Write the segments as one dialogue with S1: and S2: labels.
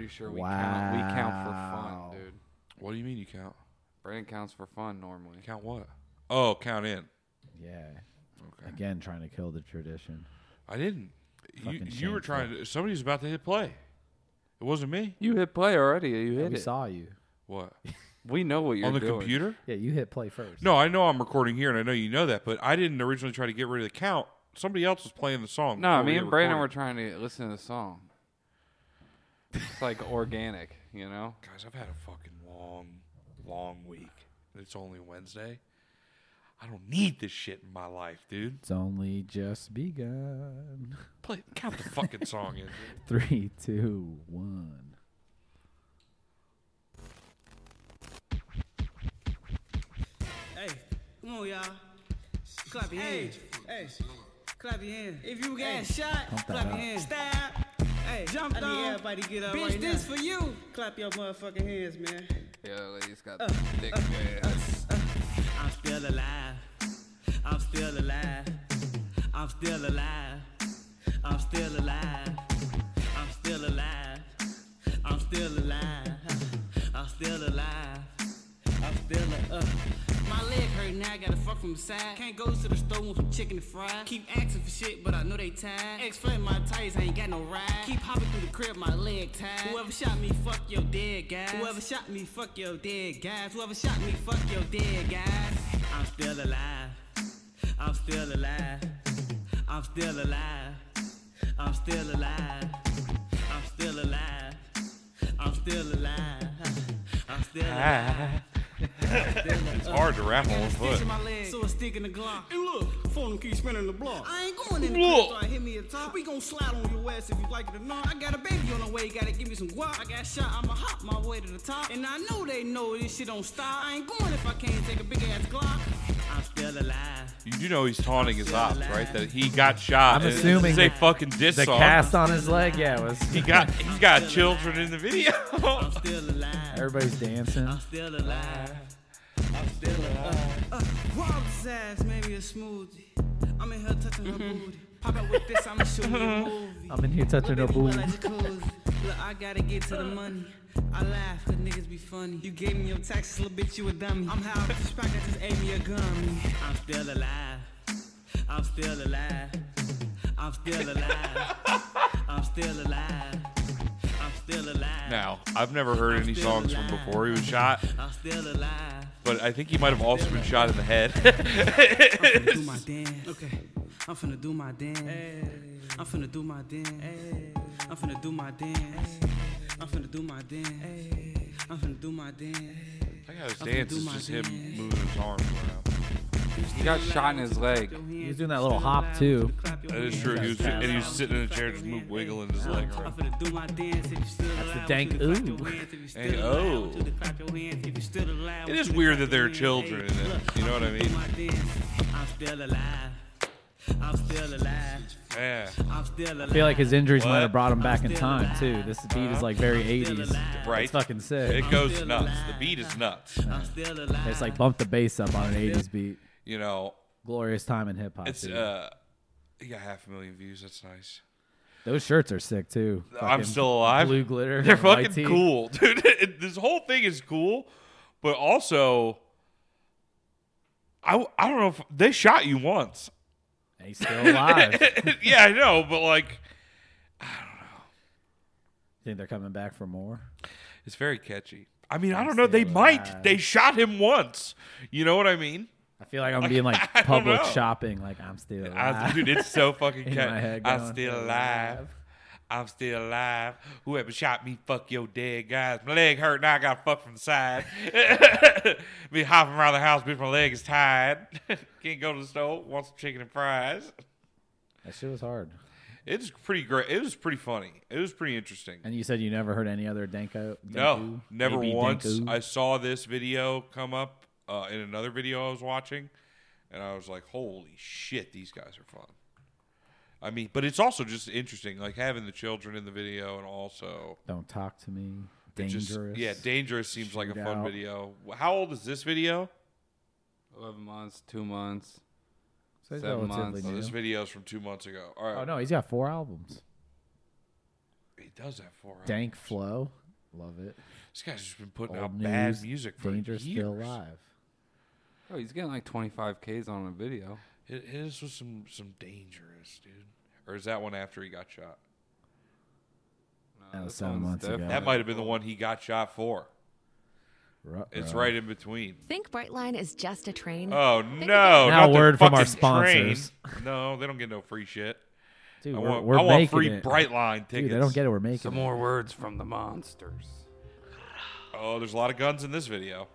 S1: Pretty sure we count. We count for
S2: Wow.
S1: fun, dude.
S3: What do you mean you count?
S1: Brandon counts for fun normally.
S3: Count what? Oh, count in.
S2: Yeah.
S3: Okay.
S2: Again, trying to kill the tradition.
S3: I didn't. You,
S2: Fucking
S3: you were
S2: shameful.
S3: trying to. Somebody was about to hit play. It wasn't me.
S1: You hit play already. You
S2: Yeah,
S1: hit
S2: we
S1: it.
S2: saw you.
S3: What?
S1: we know what you're
S3: On the
S1: doing.
S3: computer?
S2: Yeah, you hit play first.
S3: No, I know I'm recording here, and I know you know that, but I didn't originally try to get rid of the count. Somebody else was playing the song.
S1: No,
S3: before
S1: me
S3: we
S1: and
S3: were
S1: Brandon were
S3: Oh, recording.
S1: trying to listen to the song. It's like organic, you know.
S3: Guys, I've had a fucking long, long week. and It's only Wednesday. I don't need this shit in my life, dude.
S2: It's only just begun.
S3: Play, count the fucking song in. dude.
S2: Three, two, one.
S4: Hey, come on, y'all. Clap your hands. Hey, clap your hands. If you got shot,
S2: Pump that
S4: clap your
S2: up.
S4: hands. Stab. Hey, jump I Need everybody get up Bitch, right this for you. Clap your motherfucking hands, man.
S1: Yeah, ladies got the thick ass.
S4: I'm still alive. I'm still alive. I'm still alive. I'm still alive. I'm still alive. I'm still alive. I'm still alive. I'm still alive. My leg hurt now, I gotta fuck from the side. Can't go to the store with some chicken to fry. Keep asking for shit, but I know they tired. Ex flat my tires, I ain't got no ride. Keep hopping through the crib, my leg tied. Whoever shot me, fuck your dead guys. Whoever shot me, fuck your dead guys. Whoever shot me, fuck your dead guys. I'm still alive. I'm still alive. I'm still alive. I'm still alive. I'm still alive. I'm still alive. I'm still alive.
S3: It's hard to rap on one foot.
S4: So a stick in the Glock. And look, phone keep spinning the block. I ain't going in the
S3: Look.
S4: crib, so I hit me a top. We gon' slide on your ass if you like it or not. I got a baby on the way, gotta give me some guap. I got shot, I'ma hop my way to the top. And I know they know this shit don't stop. I ain't going if I can't take a big ass Glock. I'm still alive.
S3: You do know he's taunting his ops, right? That he got shot.
S2: I'm
S3: and
S2: assuming
S3: it's a
S2: the-
S3: fucking diss
S2: The
S3: song.
S2: cast on his leg, yeah, was
S3: He got he's got children in the video.
S4: I'm still alive.
S2: everybody's dancing.
S4: I'm still alive. Er. I'm still alive. Uh, Rob ass, maybe a smoothie. I'm in here touching her booty. Pop out with this, I'ma show you a movie.
S2: I'm in here touching a
S4: Look, baby,
S2: boob.
S4: well, I just closed. Look, I gotta get to the money. I laugh, cause niggas be funny. You gave me your taxes, little bitch, you a dummy. I'm high off the spike, I just ate me a gummy. I'm still alive. I'm still alive. I'm still alive. I'm still alive. I'm still alive.
S3: now, I've never heard any songs from before he was shot,
S4: I'm still alive.
S3: but I think he might have also been shot in the head.
S4: I'm finna do my dance. Okay. I'm finna do my dance. I'm finna do my dance. I'm finna do my dance. I'm finna do my dance. I'm finna do my dance.
S3: I got his
S4: I'm gonna
S3: dance
S4: do
S3: is
S4: my
S3: just him
S4: dance.
S3: moving his arms around.
S1: He got shot in his leg.
S4: He
S2: was doing that little hop, too.
S3: That is true. He was and he was sitting in a chair just move wiggling his leg around.
S4: That's
S2: the dank ooh.
S3: Hey, oh. It is weird that there are children in it. You know what I mean?
S4: I'm still alive. I'm still alive.
S3: Yeah.
S4: I'm still alive.
S2: I feel like his injuries
S3: What?
S2: might have brought him back in time too. This beat is like very 80s.
S3: Right.
S2: It's fucking sick.
S3: It goes nuts. The beat is nuts.
S4: I'm still alive.
S2: Uh, It's like bump the bass up on an 80s beat.
S3: You know,
S2: Glorious time in hip hop.
S3: it's uh he got half a million views, that's nice.
S2: Those shirts are sick too.
S3: I'm
S2: Fucking
S3: still alive.
S2: Blue glitter.
S3: They're
S2: and white
S3: fucking
S2: tee.
S3: cool, dude. It- this whole thing is cool, but also, I I don't know if they shot you once.
S2: And he's still alive. I
S3: yeah, I know, but like,
S2: think they're coming back for more.
S3: it's very catchy. I mean, I don't know. They
S2: still
S3: might.
S2: alive.
S3: They shot him once. You know what I mean?
S2: I feel like I'm being like
S3: I don't
S2: public
S3: know.
S2: shopping. Like I'm still
S3: I,
S2: alive.
S3: dude, it's so fucking
S2: In my
S3: catchy.
S2: head
S3: I'm
S2: going,
S3: still
S2: "Alive."
S3: alive. I'm still alive. Whoever shot me, fuck your dead guys. My leg hurt now. I got fucked from the side. Be hopping around the house, bitch. My leg is tied. Can't go to the store. Want some chicken and fries.
S2: that shit was hard.
S3: It's pretty great. It was pretty funny. It was pretty interesting.
S2: And you said you never heard any other Danko?
S3: No,
S2: Danku?
S3: never
S2: Maybe
S3: once.
S2: Danku?
S3: I saw this video come up uh, in another video I was watching, and I was like, "Holy shit, these guys are fun." I mean, but it's also just interesting, like having the children in the video, and also
S2: Don't talk to me.
S3: it
S2: Dangerous.
S3: Just, yeah, dangerous seems like a fun
S2: Shootout.
S3: video. How old is this video?
S1: Eleven months, two months.
S2: So he's
S1: seven
S2: relatively
S3: Oh,
S1: months.
S2: new.
S5: Oh,
S3: this video is from two months ago. All right,
S2: Oh no, he's got four albums.
S3: he he does that for us.
S5: Dank flow. Love it.
S3: This guy's just been putting
S5: Old
S3: out
S5: news.
S3: bad music for
S5: Danger
S3: years.
S5: still alive.
S1: Oh, he's getting like 25 Ks on a video.
S3: Hi- His was some some dangerous, dude. Or is that one after he got shot?
S1: No,
S5: That was
S1: this
S5: seven
S1: one's
S5: months ago.
S1: different.
S3: That might have been the one he got shot for.
S5: Ruh,
S3: It's
S5: ruh.
S3: right in between.
S6: Think Brightline is just a train?
S3: Oh
S6: Think
S3: no!
S5: Now
S3: not the
S5: word from our
S3: fucking train.
S5: sponsors.
S3: No, they don't get no free shit.
S5: Dude,
S3: I
S5: we're,
S3: want,
S5: we're
S3: I want
S5: making
S3: free
S5: it.
S3: Brightline tickets.
S5: Dude, they don't get it. We're making
S1: Some
S5: it.
S1: more words from the monsters.
S3: Oh, there's a lot of guns in this video.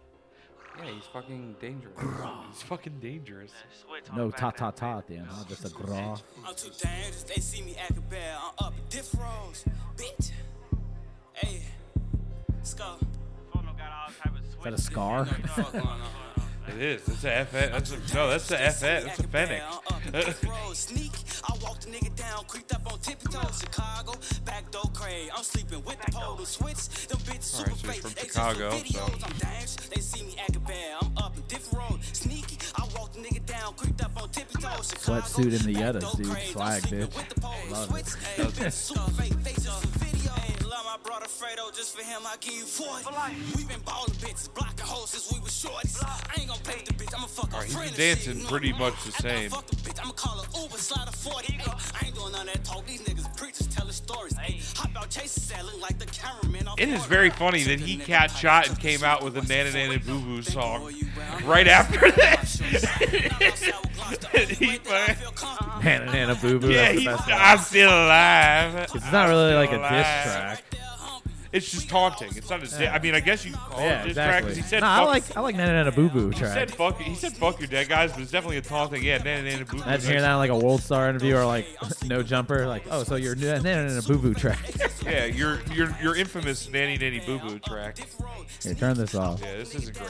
S1: Yeah, he's fucking dangerous.
S3: It's fucking dangerous.
S5: No ta ta ta at the end. huh? Just a draw.
S4: I'm too dangerous, they see me acting bad. I'm up at different roads, bitch. Hey, let's go.
S5: Is that a scar?
S4: What the fuck going on?
S3: It is. It's a FN. That's a, no, that's a FN. That's a Fennec.
S4: Road sneak. I walked the nigga down, creeped up on tiptoes. Chicago, back door crane. I'm sleeping with the pole switch. Them bitches
S3: All right,
S4: super
S3: so he's
S4: fake.
S3: from
S4: They just
S3: Chicago,
S4: for
S3: so-
S4: videos. I'm dangerous. They see me acting bad. I'm up in different road. Sneaky. I walked the nigga down, creeped up on tiptoes. Chicago,
S5: Sweatsuit in the
S4: back
S5: Yetas,
S4: door
S5: dude.
S4: crane. I'm
S5: Swag,
S4: sleeping
S5: bitch.
S4: with the pole
S5: Love
S4: switch. Them bitches super fake. They just for videos. Love my brother Fredo. Just for him, I give you 40. we been ballin' bitches, blocking hoes since we was shorties. I ain't gonna pay the bitch. I'ma fuck her
S3: Alright, he's
S4: friend and
S3: dancing
S4: shit. You know
S3: pretty
S4: I'm
S3: much
S4: wrong.
S3: the
S4: After I
S3: same.
S4: fuck fuck the bitch, I'ma call her Uber, slide a 40. Ay, I ain't doing none of that talk. These niggas preachers telling stories. Ay, hop out chasing that look like the cameraman. off
S3: It is
S4: Order.
S3: very funny that he got shot and came out with a Nana Nana Boo Boo song right after this. He Uh-huh. fucking-
S5: Nana Nana Boo Boo.
S3: Yeah,
S5: that's the
S3: he's,
S5: best one.
S3: I'm still alive.
S5: It's not really like a diss
S3: alive.
S5: track.
S3: It's just taunting. It's not a diss. I mean, I guess you can call it a
S5: Yeah,
S3: diss track
S5: exactly.
S3: because he said
S5: no,
S3: fuck.
S5: I like I like Nana Nana Boo Boo
S3: he said
S5: track.
S3: fuck. He said fuck your dead guys, but it's definitely a taunting. Yeah, Nana Nana Boo Boo.
S5: Imagine hearing that on like a World Star interview or like No Jumper. Like, oh, so you're Nana Nana Boo Boo track.
S3: Yeah, your your your infamous Nanny Nanny Boo Boo track.
S5: Here, turn this off.
S3: Yeah, this isn't great.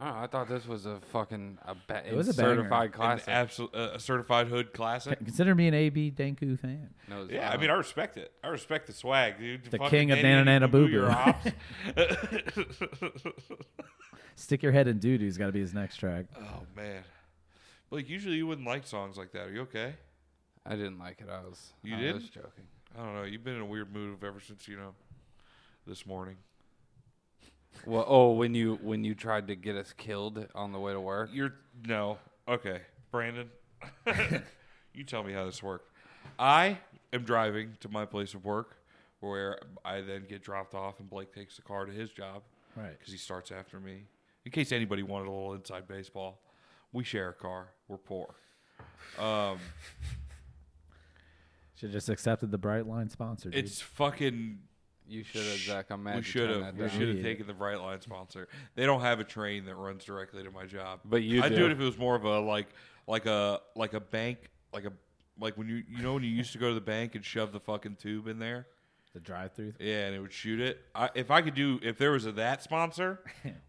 S1: I, don't know, I thought this was a fucking a ba-
S5: was a banger.
S1: certified
S3: An
S1: classic.
S3: absolute uh, a certified hood classic.
S5: Consider me an AB Danku fan.
S1: No, it's
S3: Yeah,
S1: not.
S3: I mean, I respect it. I respect the swag, dude.
S5: The
S3: Fucking
S5: king of Nana
S3: Nanny Nanny
S5: Nana Boo
S3: Your
S5: Boo.
S3: ops.
S5: Stick your head in doo doo's got to be his next track.
S3: oh man, like usually you wouldn't like songs like that. Are you okay?
S1: I didn't like it. I was.
S3: You
S1: I was
S3: didn't?
S1: joking.
S3: I don't know. You've been in a weird mood ever since you know this morning.
S1: Well, oh, when you when you tried to get us killed on the way to work.
S3: You're no okay, Brandon. you tell me how this worked. I am driving to my place of work, where I then get dropped off, and Blake takes the car to his job.
S5: Right.
S3: because he starts after me. In case anybody wanted a little inside baseball, we share a car. We're poor. Um,
S5: Should just accepted the bright line sponsor. Dude.
S3: it's fucking.
S1: You should have, Zach. I'm mad.
S3: We
S1: you
S3: should
S1: turned
S3: have.
S1: that
S3: We
S1: down.
S3: should have
S5: Idiot.
S3: taken the bright line sponsor. They don't have a train that runs directly to my job.
S1: But you
S3: I'd do.
S1: do.
S3: it if it was more of a like, like a like a bank, like a like when you you know when you used to go to the bank and shove the fucking tube in there.
S5: the drive through.
S3: Yeah, and it would shoot it. I, if I could do, if there was a that sponsor,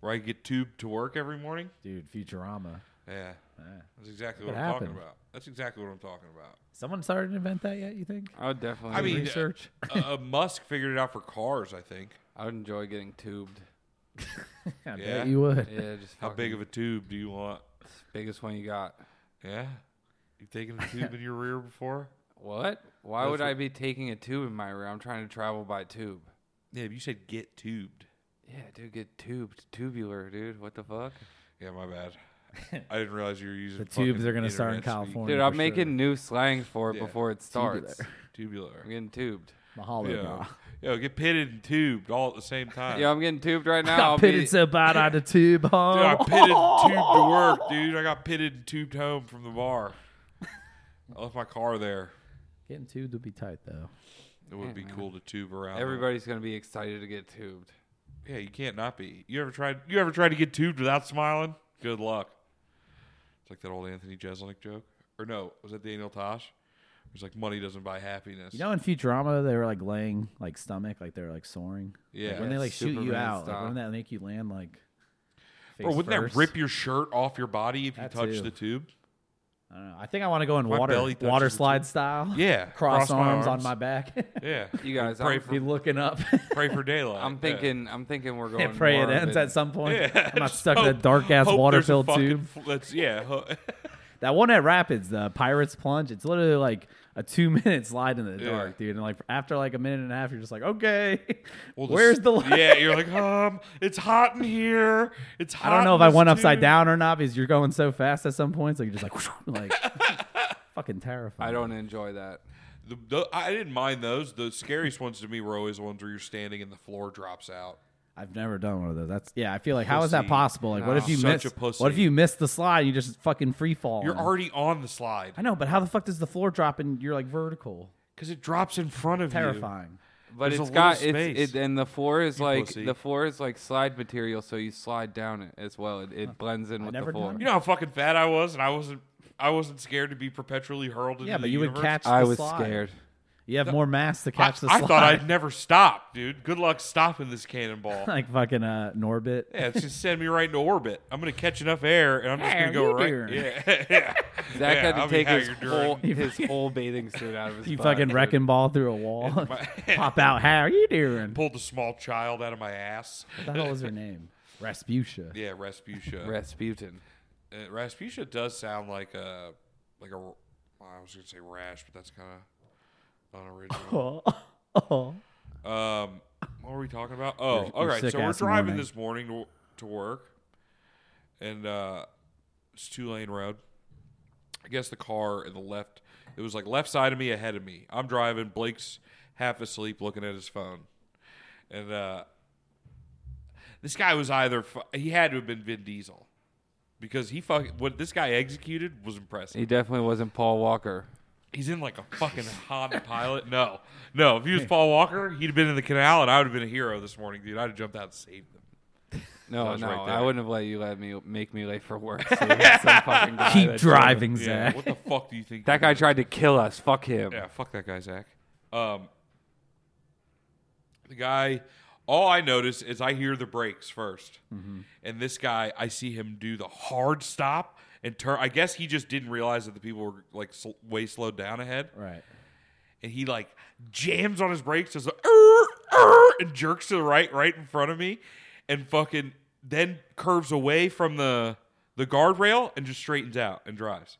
S3: where I could get tube to work every morning.
S5: Dude, Futurama.
S3: Yeah,
S1: Ah.
S3: that's exactly
S5: What
S3: what, I'm
S5: happened?
S3: talking about. That's exactly what I'm talking about.
S5: Someone started to invent that yet, you think?
S1: I would definitely.
S3: I mean,
S5: Research.
S3: uh, uh, Musk figured it out for cars, I think.
S1: I would enjoy getting tubed.
S5: I
S3: yeah.
S5: bet you would.
S1: Yeah, just
S3: How big of a tube do you want?
S1: biggest one you got?
S3: Yeah, you taken a tube in your rear before?
S1: What? Why
S3: That's
S1: would
S3: what-
S1: I be taking a tube in my rear? I'm trying to travel by tube.
S3: Yeah, but you said get tubed.
S1: Yeah, dude, get tubed, tubular, dude. What the fuck,
S3: Yeah, my bad. I didn't realize you were using
S5: The tubes
S3: fucking
S5: are going to start in
S3: internet speak.
S5: California.
S1: dude?
S5: for
S1: I'm
S5: sure.
S1: making new slang for it
S3: Yeah,
S1: before it starts.
S3: Tubular.
S1: I'm getting tubed.
S5: Mahalo.
S3: Yo,
S5: bro.
S3: yo, get pitted and tubed all at the same time.
S1: Yeah, I'm getting tubed right now. I'll
S5: Got
S1: be-
S5: pitted so bad on the tube home.
S3: Dude, I pitted and tubed to work, dude. I got pitted and tubed home from the bar. I left my car there.
S5: Getting tubed would be tight, though.
S3: It would be cool to tube around.
S1: Everybody's gonna be excited to get tubed.
S3: Yeah, you can't not be. You ever tried? You ever tried to get tubed without smiling? Good luck. It's like that old Anthony Jeselnik joke, or no? Was that Daniel Tosh? It was like money doesn't buy happiness.
S5: You know, in Futurama, they were like laying like stomach, like they were like soaring.
S3: Yeah.
S5: Like, when they like shoot you
S1: Superman
S5: out, like,
S1: style.
S5: wouldn't that make you land like? Face
S3: Bro, wouldn't
S5: first?
S3: that rip your shirt off your body if you
S5: That
S3: touch
S5: too.
S3: the tube?
S5: I don't know. I think I want to go in
S3: My
S5: water
S3: belly touches
S5: water
S3: the
S5: slide style.
S3: Yeah,
S5: Cross,
S3: cross my
S5: arms, on
S3: arms.
S5: my back.
S3: Yeah,
S1: You guys,
S3: pray
S1: I'm-
S5: Be
S3: for
S5: looking up.
S3: pray for daylight.
S1: I'm
S3: Yeah.
S1: thinking. I'm thinking we're going.
S5: and pray it
S1: more of
S5: ends
S1: an-
S5: at some point.
S3: Yeah,
S5: I'm not
S3: just
S5: stuck in a
S3: hope-
S5: dark ass
S3: hope
S5: water
S3: there's a
S5: filled
S3: fucking
S5: tube.
S3: fl- That's yeah. ho-
S5: That one at Rapids, the Pirates Plunge. It's literally like a two minute slide in the
S3: Yeah.
S5: dark, dude. And like after like a minute and a half, you're just like, okay,
S3: Well,
S5: where's the light?
S3: Yeah, you're like, um, it's hot in here. It's hot.
S5: I don't know
S3: in
S5: if I
S3: this
S5: went upside
S3: tube."
S5: down or not because you're going so fast at some points. Like you're just like, like fucking terrifying.
S1: I don't enjoy that.
S3: The, the, I didn't mind those. The scariest ones to me were always the ones where you're standing and the floor drops out.
S5: I've never done one of those. That's yeah. I feel like how is that
S3: Pussy.
S5: possible? Like what
S1: No.
S5: if you miss?
S3: Such a pussy.
S5: What if you miss the slide? and You just fucking free fall.
S3: You're already on the slide
S5: I know, but how the fuck does the floor drop and you're like vertical?
S3: because it drops in front of
S5: Terrifying.
S1: But
S3: There's a
S1: it's got
S3: little space.
S1: it's it, and the floor is like
S3: pussy.
S1: the floor is like slide material, so you slide down it as well. It, it blends in with
S5: never
S1: the floor.
S5: done
S3: you. You know how fucking fat I was, and I wasn't. I wasn't scared to be perpetually hurled into
S5: Yeah,
S3: the
S5: but you would
S3: universe.
S5: catch.
S1: I
S5: the
S1: was
S5: slide.
S1: scared.
S5: You have more mass to
S3: I,
S5: catch the
S3: I
S5: slide.
S3: thought I'd never stop, dude. Good luck stopping this cannonball. yeah,
S5: like fucking uh Norbit.
S3: it's just send me right into orbit. I'm gonna catch enough air, and I'm just
S5: Hey,
S3: gonna go
S5: you
S3: right.
S5: doing?
S3: Yeah, yeah.
S1: Zach
S3: Yeah,
S1: had to
S3: I'll be
S1: take his
S3: haggard during-
S1: whole, his whole bathing suit out of his.
S5: You
S1: butt.
S5: fucking wrecking ball through a wall. Pop out. How are you doing?
S3: pulled a small child out of my ass.
S5: What the hell was her name? Rasputia.
S3: Yeah, Rasputia.
S1: Rasputin.
S3: uh, Rasputia does sound like a like a. well, I was gonna say rash, but that's kind of unoriginal.
S5: Oh, oh.
S3: um, what were we talking about? Oh,
S5: your
S3: all right. So we're
S5: sick-ass
S3: driving
S5: morning.
S3: this morning to, to work, and uh, it's two lane road. I guess the car in the left. It was like left side of me, ahead of me. I'm driving. Blake's half asleep, looking at his phone, and uh, this guy was either fu- he had to have been Vin Diesel. Because he fuck what this guy executed was impressive.
S1: He definitely wasn't Paul Walker.
S3: He's in like a fucking Honda Pilot. No, no. If he was Paul Walker, he'd have been in the canal, and I would have been a hero this morning, dude. I'd have jumped out and saved them.
S1: No,
S3: was
S1: no,
S3: right
S1: I
S3: there.
S1: wouldn't have let you let me make me late for work. So that's some fucking guy
S5: Keep
S1: that-
S5: driving,
S3: Yeah.
S5: Zach.
S3: What the fuck do you think?
S1: That guy tried to kill us. Fuck him.
S3: Yeah. Fuck that guy, Zach. Um, the guy. All I notice is I hear the brakes 1st
S1: Mm-hmm.
S3: and this guy, I see him do the hard stop and turn. I guess he just didn't realize that the people were like sl- way slowed down ahead.
S5: Right. and
S3: and he like jams on his brakes, does a "Err, err," and jerks to the right, right in front of me, and fucking then curves away from the the guardrail and just straightens out and drives.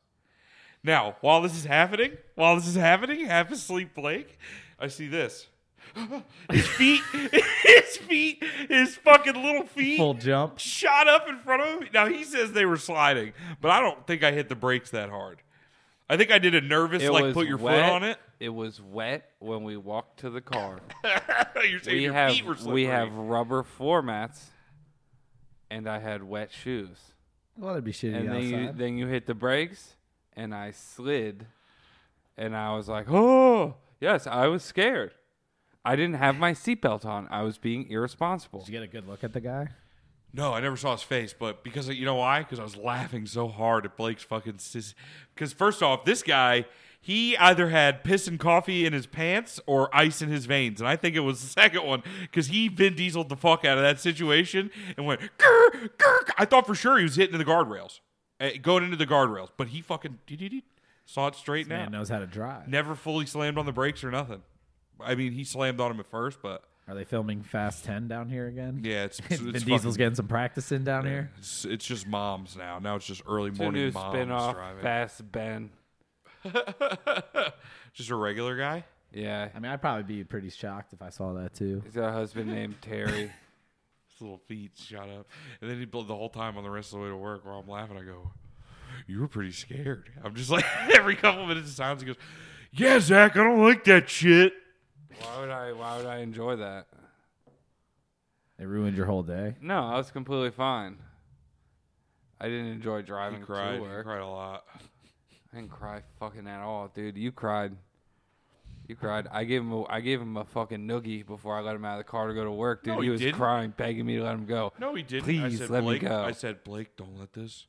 S3: Now, while this is happening, while this is happening, half asleep Blake, I see this. his feet, his feet, his fucking little feet
S5: Full jump.
S3: shot up in front of him. Now he says they were sliding, but I don't think I hit the brakes that hard. I think I did a nervous
S1: It
S3: like
S1: was
S3: put your
S1: wet.
S3: foot on it.
S1: It was wet when we walked to the car.
S3: You're saying
S1: we
S3: your
S1: have
S3: feet were slippery.
S1: we have rubber floor mats, and I had wet shoes.
S5: Well, that'd be shitty
S1: And then you,
S5: outside.
S1: then you hit the brakes, and I slid, and I was like, oh yes, I was scared. I didn't have my seatbelt on. I was being irresponsible.
S5: Did you get a good look at the guy?
S3: No, I never saw his face, but because you know why? Because I was laughing so hard at Blake's fucking sis. Because first off, this guy he either had piss and coffee in his pants or ice in his veins, and I think it was the second one because he Vin Diesel the fuck out of that situation and went. Grr, grr. I thought for sure he was hitting the guardrails, eh, going into the guardrails, but he fucking dee-dee-dee, saw it straight now.
S5: Man knows how to drive.
S3: Never fully slammed on the brakes or nothing. I mean, he slammed on him at first, but
S5: Are they filming Fast Ten down here again?
S3: yeah, it's, it's,
S5: Vin
S3: it's
S5: Diesel's
S3: fucking-
S5: getting some practice in down here.
S3: It's, it's just moms now. Now it's just early
S1: Two
S3: morning
S1: new
S3: moms
S1: spin-off,
S3: driving.
S1: Fast Ben.
S3: Just a regular guy.
S1: Yeah,
S5: I mean, I'd probably be pretty shocked if I saw that too.
S1: he's got a husband named Terry.
S3: His little feet shot up, and then he blew the whole time on the rest of the way to work. While I'm laughing, I go, "You were pretty scared." I'm just like every couple minutes of silence. He goes, "Yeah, Zach, I don't like that shit."
S1: why would I? Why would I enjoy that?
S5: It ruined your whole day.
S1: No, I was completely fine. I didn't enjoy
S3: He
S1: driving
S3: cried.
S1: to
S3: He
S1: work.
S3: cried a lot.
S1: I didn't cry fucking at all, dude. You cried. You cried. I gave him. A, I gave him a fucking noogie before I let him out of the car to go to work, dude.
S3: No,
S1: he,
S3: he
S1: was
S3: didn't.
S1: crying, begging me to let him go.
S3: No, he didn't. I
S1: Please
S3: said,
S1: let
S3: Blake,
S1: me go.
S3: I said, Blake, don't let this,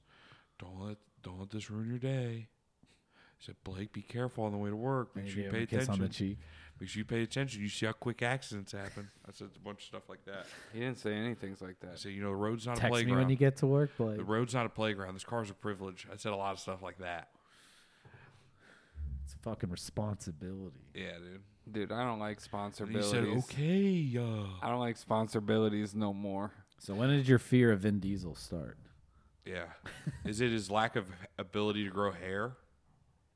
S3: don't let, don't let this ruin your day. I said, Blake, be careful on the way to work. Make
S5: Maybe
S3: sure you
S5: give
S3: pay
S5: him a kiss
S3: attention.
S5: on the cheek.
S3: Make sure you pay attention. You see how quick accidents happen. I said a bunch of stuff like that.
S1: he didn't say anything like
S3: I
S1: that.
S3: said, you know, the road's not a
S5: Text me
S3: playground.
S5: when you get to work, Blake.
S3: the road's not a playground. This car's a privilege. I said a lot of stuff like that.
S5: It's fucking responsibility.
S3: Yeah, dude.
S1: Dude, I don't like
S3: And he
S1: sponsibilities.
S3: said, okay, uh.
S1: I don't like sponsibilities no more.
S5: So when did your fear of Vin Diesel start?
S3: Yeah. Is it his lack of ability to grow hair?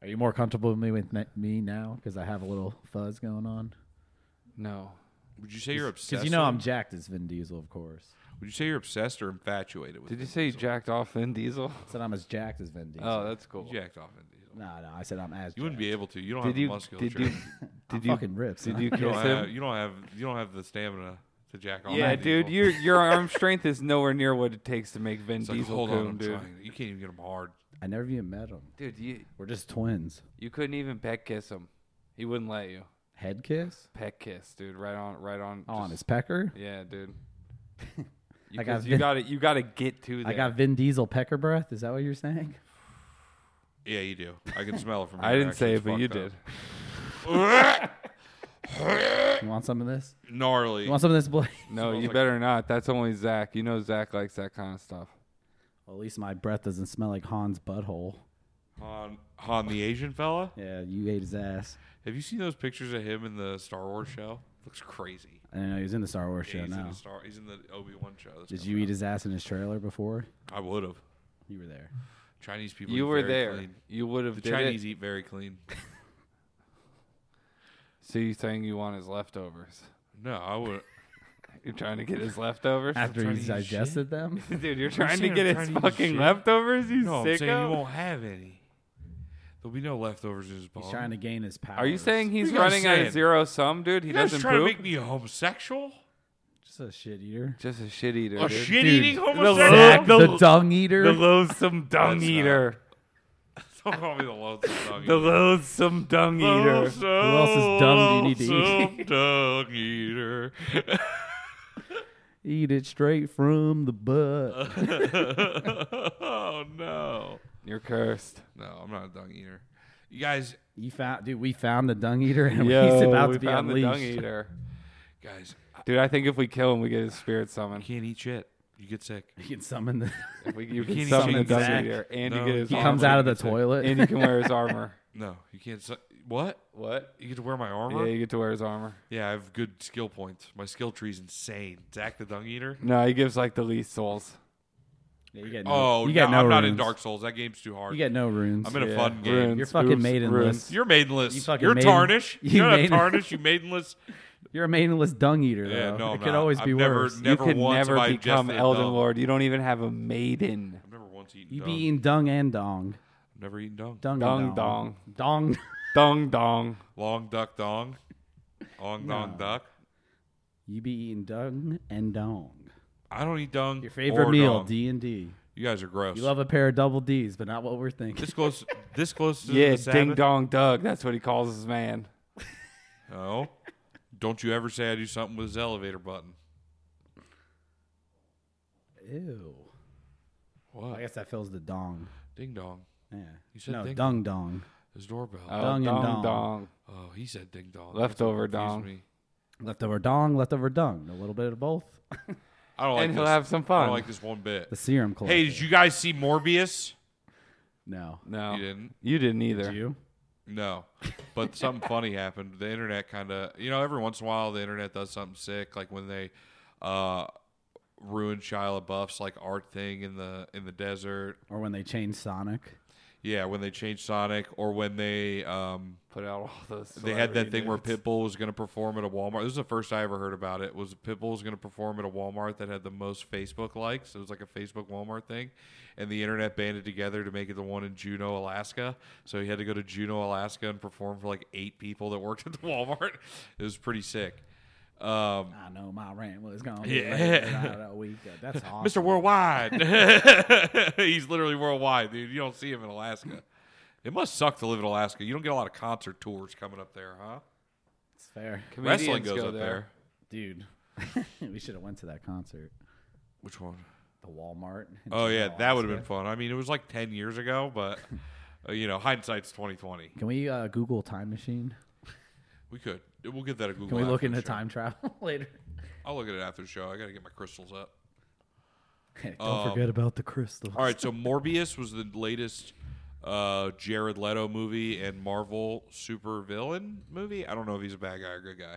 S5: Are you more comfortable with me with ne- me now because I have a little fuzz going on?
S1: No.
S3: Would you say you're obsessed?
S5: Because you know
S3: with
S5: I'm
S3: him?
S5: jacked as Vin Diesel, of course.
S3: Would you say you're obsessed or infatuated with?
S1: Did you
S3: him?
S1: say you jacked off Vin Diesel?
S5: I said I'm as jacked as Vin Diesel.
S1: Oh, that's cool.
S3: You jacked off Vin Diesel?
S5: no, no, I said I'm as.
S3: You wouldn't be able to. You don't have
S1: Did
S3: the
S1: you?
S3: musculature.
S1: Did you? Did you?
S5: fucking ripped,
S1: Did
S5: son.
S1: you
S5: You
S3: You
S1: kiss
S3: don't, have,
S1: him?
S3: you don't have. You don't have the stamina to jack off.
S1: Yeah,
S3: Vin
S1: dude.
S3: Diesel.
S1: Your your arm strength is nowhere near what it takes to make Vin
S3: It's like,
S1: Diesel
S3: hold on,
S1: coon,
S3: I'm
S1: dude.
S3: trying. You can't even get him hard.
S5: I never even met him.
S1: Dude, you
S5: We're just twins.
S1: you couldn't even pet kiss him. He wouldn't let you
S5: Head kiss
S1: pet kiss, dude. Right on, right on.
S5: oh, on his
S1: just-
S5: pecker.
S1: Yeah, dude. You,
S5: I got
S1: 'cause you
S5: Vin-
S1: got it. You got to get to that.
S5: I got Vin Diesel pecker breath. Is that what you're saying?
S3: Yeah, you do. I can smell it from.
S1: I
S3: here.
S1: didn't say it,
S3: Actually,
S1: but you did.
S3: it's fucked
S5: You want some of this?
S3: up. Gnarly.
S5: You want some of this, Blake?
S1: No,
S3: Smells
S1: you
S3: like-
S1: better not. That's only Zach. You know Zach likes that kind of stuff.
S5: Well, at least my breath doesn't smell like Han's butthole.
S3: Han, Han, the Asian fella.
S5: Yeah, you ate his ass.
S3: Have you seen those pictures of him in the Star Wars show? Looks crazy.
S5: I don't know. He was in the Star Wars
S3: Yeah,
S5: show
S3: he's, in
S5: now.
S3: the Star, he's in the Obi Wan show. that's
S5: Did
S3: coming
S5: you eat
S3: out.
S5: his ass in his trailer before?
S3: I would have.
S5: You were there.
S3: Chinese people.
S1: You
S3: eat
S1: were
S3: very
S1: there.
S3: clean.
S1: You would have
S3: The
S1: did
S3: Chinese
S1: it.
S3: eat very clean.
S1: So you saying you want his leftovers?
S3: No, I would.
S1: You're trying to get his leftovers,
S5: After
S3: trying
S5: he's
S3: to eat shit?
S5: digested them?
S1: dude. You're trying to
S3: saying
S1: get
S3: I'm
S1: his
S3: trying to eat his
S1: fucking
S3: shit.
S1: leftovers. You
S3: No, I'm saying
S1: sicko.
S3: he won't have any. There'll be no leftovers in his body.
S5: He's trying to gain his power.
S1: Are you saying he's
S3: What are you guys
S1: running at a
S3: saying?
S1: zero sum, dude? He
S3: You guys
S1: doesn't
S3: trying to
S1: poop.
S3: make me a homosexual?
S5: just a shit eater?
S1: Just a shit eater.
S3: A
S1: dude.
S3: shit eating
S5: Dude,
S1: Zach,
S3: homosexual?
S1: the-
S5: the, dung eater?
S1: The loathsome dung
S3: That's not-
S1: eater.
S3: Don't call me the lonesome dog.
S1: The loathsome dung eater.
S3: Who
S5: else is dumb do you need to eat?
S3: Dog eater.
S5: Eat it straight from the butt.
S3: oh no!
S1: You're cursed.
S3: No, I'm not a dung eater. You guys,
S5: You found, dude. We found the dung eater, and
S1: Yo,
S5: he's about
S1: we
S5: to be
S1: found
S5: unleashed.
S1: the dung eater.
S3: guys, I
S1: Dude, I think if we kill him, we get his spirit summoned.
S3: can't eat shit. You get sick.
S5: You can summon the.
S1: If we, you can
S3: can't
S1: summon
S3: even
S1: the dung
S5: Zach.
S1: eater, and
S3: No,
S1: you get his
S5: He
S3: you
S1: armor.
S5: comes out of the
S3: it's like-
S5: toilet.
S1: and you can wear his armor.
S3: No, you can't. Su- what?
S1: What?
S3: You get to wear my
S1: Yeah,
S3: armor.
S1: you get to wear his armor.
S3: Yeah, I have good skill points. My skill tree's insane. Zach the Dung Eater.
S1: No, he gives like the least souls.
S5: Yeah, you get no,
S3: Oh,
S5: you got
S3: no,
S5: no
S3: I'm not in
S5: runes.
S3: Dark Souls. That game's too hard.
S5: You get no runes.
S3: I'm in a
S1: Yeah,
S3: fun game.
S1: runes,
S5: You're fucking
S1: oops,
S5: maiden
S1: ruins.
S5: list.
S3: You're maidenless.
S5: You
S3: You
S5: fucking
S3: are
S5: maiden-
S3: tarnish.
S5: you
S3: You're not
S5: maiden-
S3: tarnish. You maidenless.
S5: You're a maneless dung eater, though.
S3: Yeah, no, I'm
S5: it could
S3: not.
S5: always
S3: I've
S5: be
S3: never-
S5: worse.
S3: never
S1: you could
S3: once have
S1: never
S3: I
S1: become
S3: ingested
S1: Elden
S3: dung.
S1: Lord. You don't even have a maiden.
S3: I've never once eaten.
S5: you
S3: dung.
S5: be eating dung and dong,
S3: I've never eaten dung.
S5: dung,
S1: Dung
S5: and dong, dong.
S1: Dong dong.
S3: Long duck dong. Long dong duck.
S5: you be eating dung and dong.
S3: I don't eat dung.
S5: Your favorite
S3: or
S5: meal,
S3: dong.
S5: D and D.
S3: You guys are gross.
S5: You love a pair of double D's, but not what we're thinking.
S3: this close. This close to
S1: Yeah,
S3: the Sabbath.
S1: ding dong Doug. That's what he calls his man.
S3: No. Don't you ever say I do something with his elevator button.
S5: Ew. I
S3: What?
S5: guess that fills the dong.
S3: Ding dong.
S5: Yeah.
S3: You said
S5: no,
S3: ding-
S5: dung dong.
S3: His doorbell.
S1: Oh,
S5: Dung and
S1: dong,
S5: dong.
S1: dong.
S3: oh, he said ding dong.
S1: Leftover
S3: That's what
S1: dong.
S3: confused me.
S5: Leftover dong, leftover dung. A little bit of both.
S3: I don't like
S1: And he'll
S3: this.
S1: have some
S3: I
S1: fun.
S3: don't like this one bit.
S5: The serum collector.
S3: Hey, did you guys see Morbius?
S5: No.
S1: No,
S3: You didn't.
S1: You didn't either.
S5: Did you?
S3: No. But something funny happened. The internet kind of, you know, every once in a while the internet does something sick, like when they uh, ruined Shia LaBeouf's like art thing in the in the desert.
S5: Or when they change Sonic.
S3: Yeah, when they changed Sonic, or when they um,
S1: Put out all those.
S3: they had that
S1: celebrity
S3: thing where
S1: nudes.
S3: Pitbull was going to perform at a Walmart. This is the first I ever heard about it. Was Pitbull was going to perform at a Walmart that had the most Facebook likes? It was like a Facebook Walmart thing, and the internet banded together to make it the one in Juneau, Alaska. So he had to go to Juneau, Alaska, and perform for like eight people that worked at the Walmart. It was pretty sick. Um,
S5: I know my rant was going to be
S3: Yeah.
S5: yeah. a week. That's awesome.
S3: Mr. Worldwide, he's literally worldwide, dude. You don't see him in Alaska. It must suck to live in Alaska. You don't get a lot of concert tours coming up there, huh?
S5: It's fair.
S3: Wrestling
S1: Comedians
S3: goes
S1: go
S3: up there.
S5: Dude. we should have went to that concert.
S3: Which one?
S5: The Walmart. in
S3: Oh yeah,
S5: Juneau,
S3: that would have
S5: Alaska.
S3: been fun. I mean, it was like ten years ago, but uh, you know, hindsight's twenty twenty.
S5: Can we uh, Google time machine?
S3: We could. We'll give that a Google.
S5: Can we look
S3: after the
S5: into
S3: show.
S5: time travel later?
S3: I'll look at it after the show. I gotta get my crystals up.
S5: Don't
S3: Um,
S5: forget about the crystals.
S3: All right, so Morbius was the latest uh, Jared Leto movie and Marvel supervillain movie. I don't know if he's a bad guy or a good guy,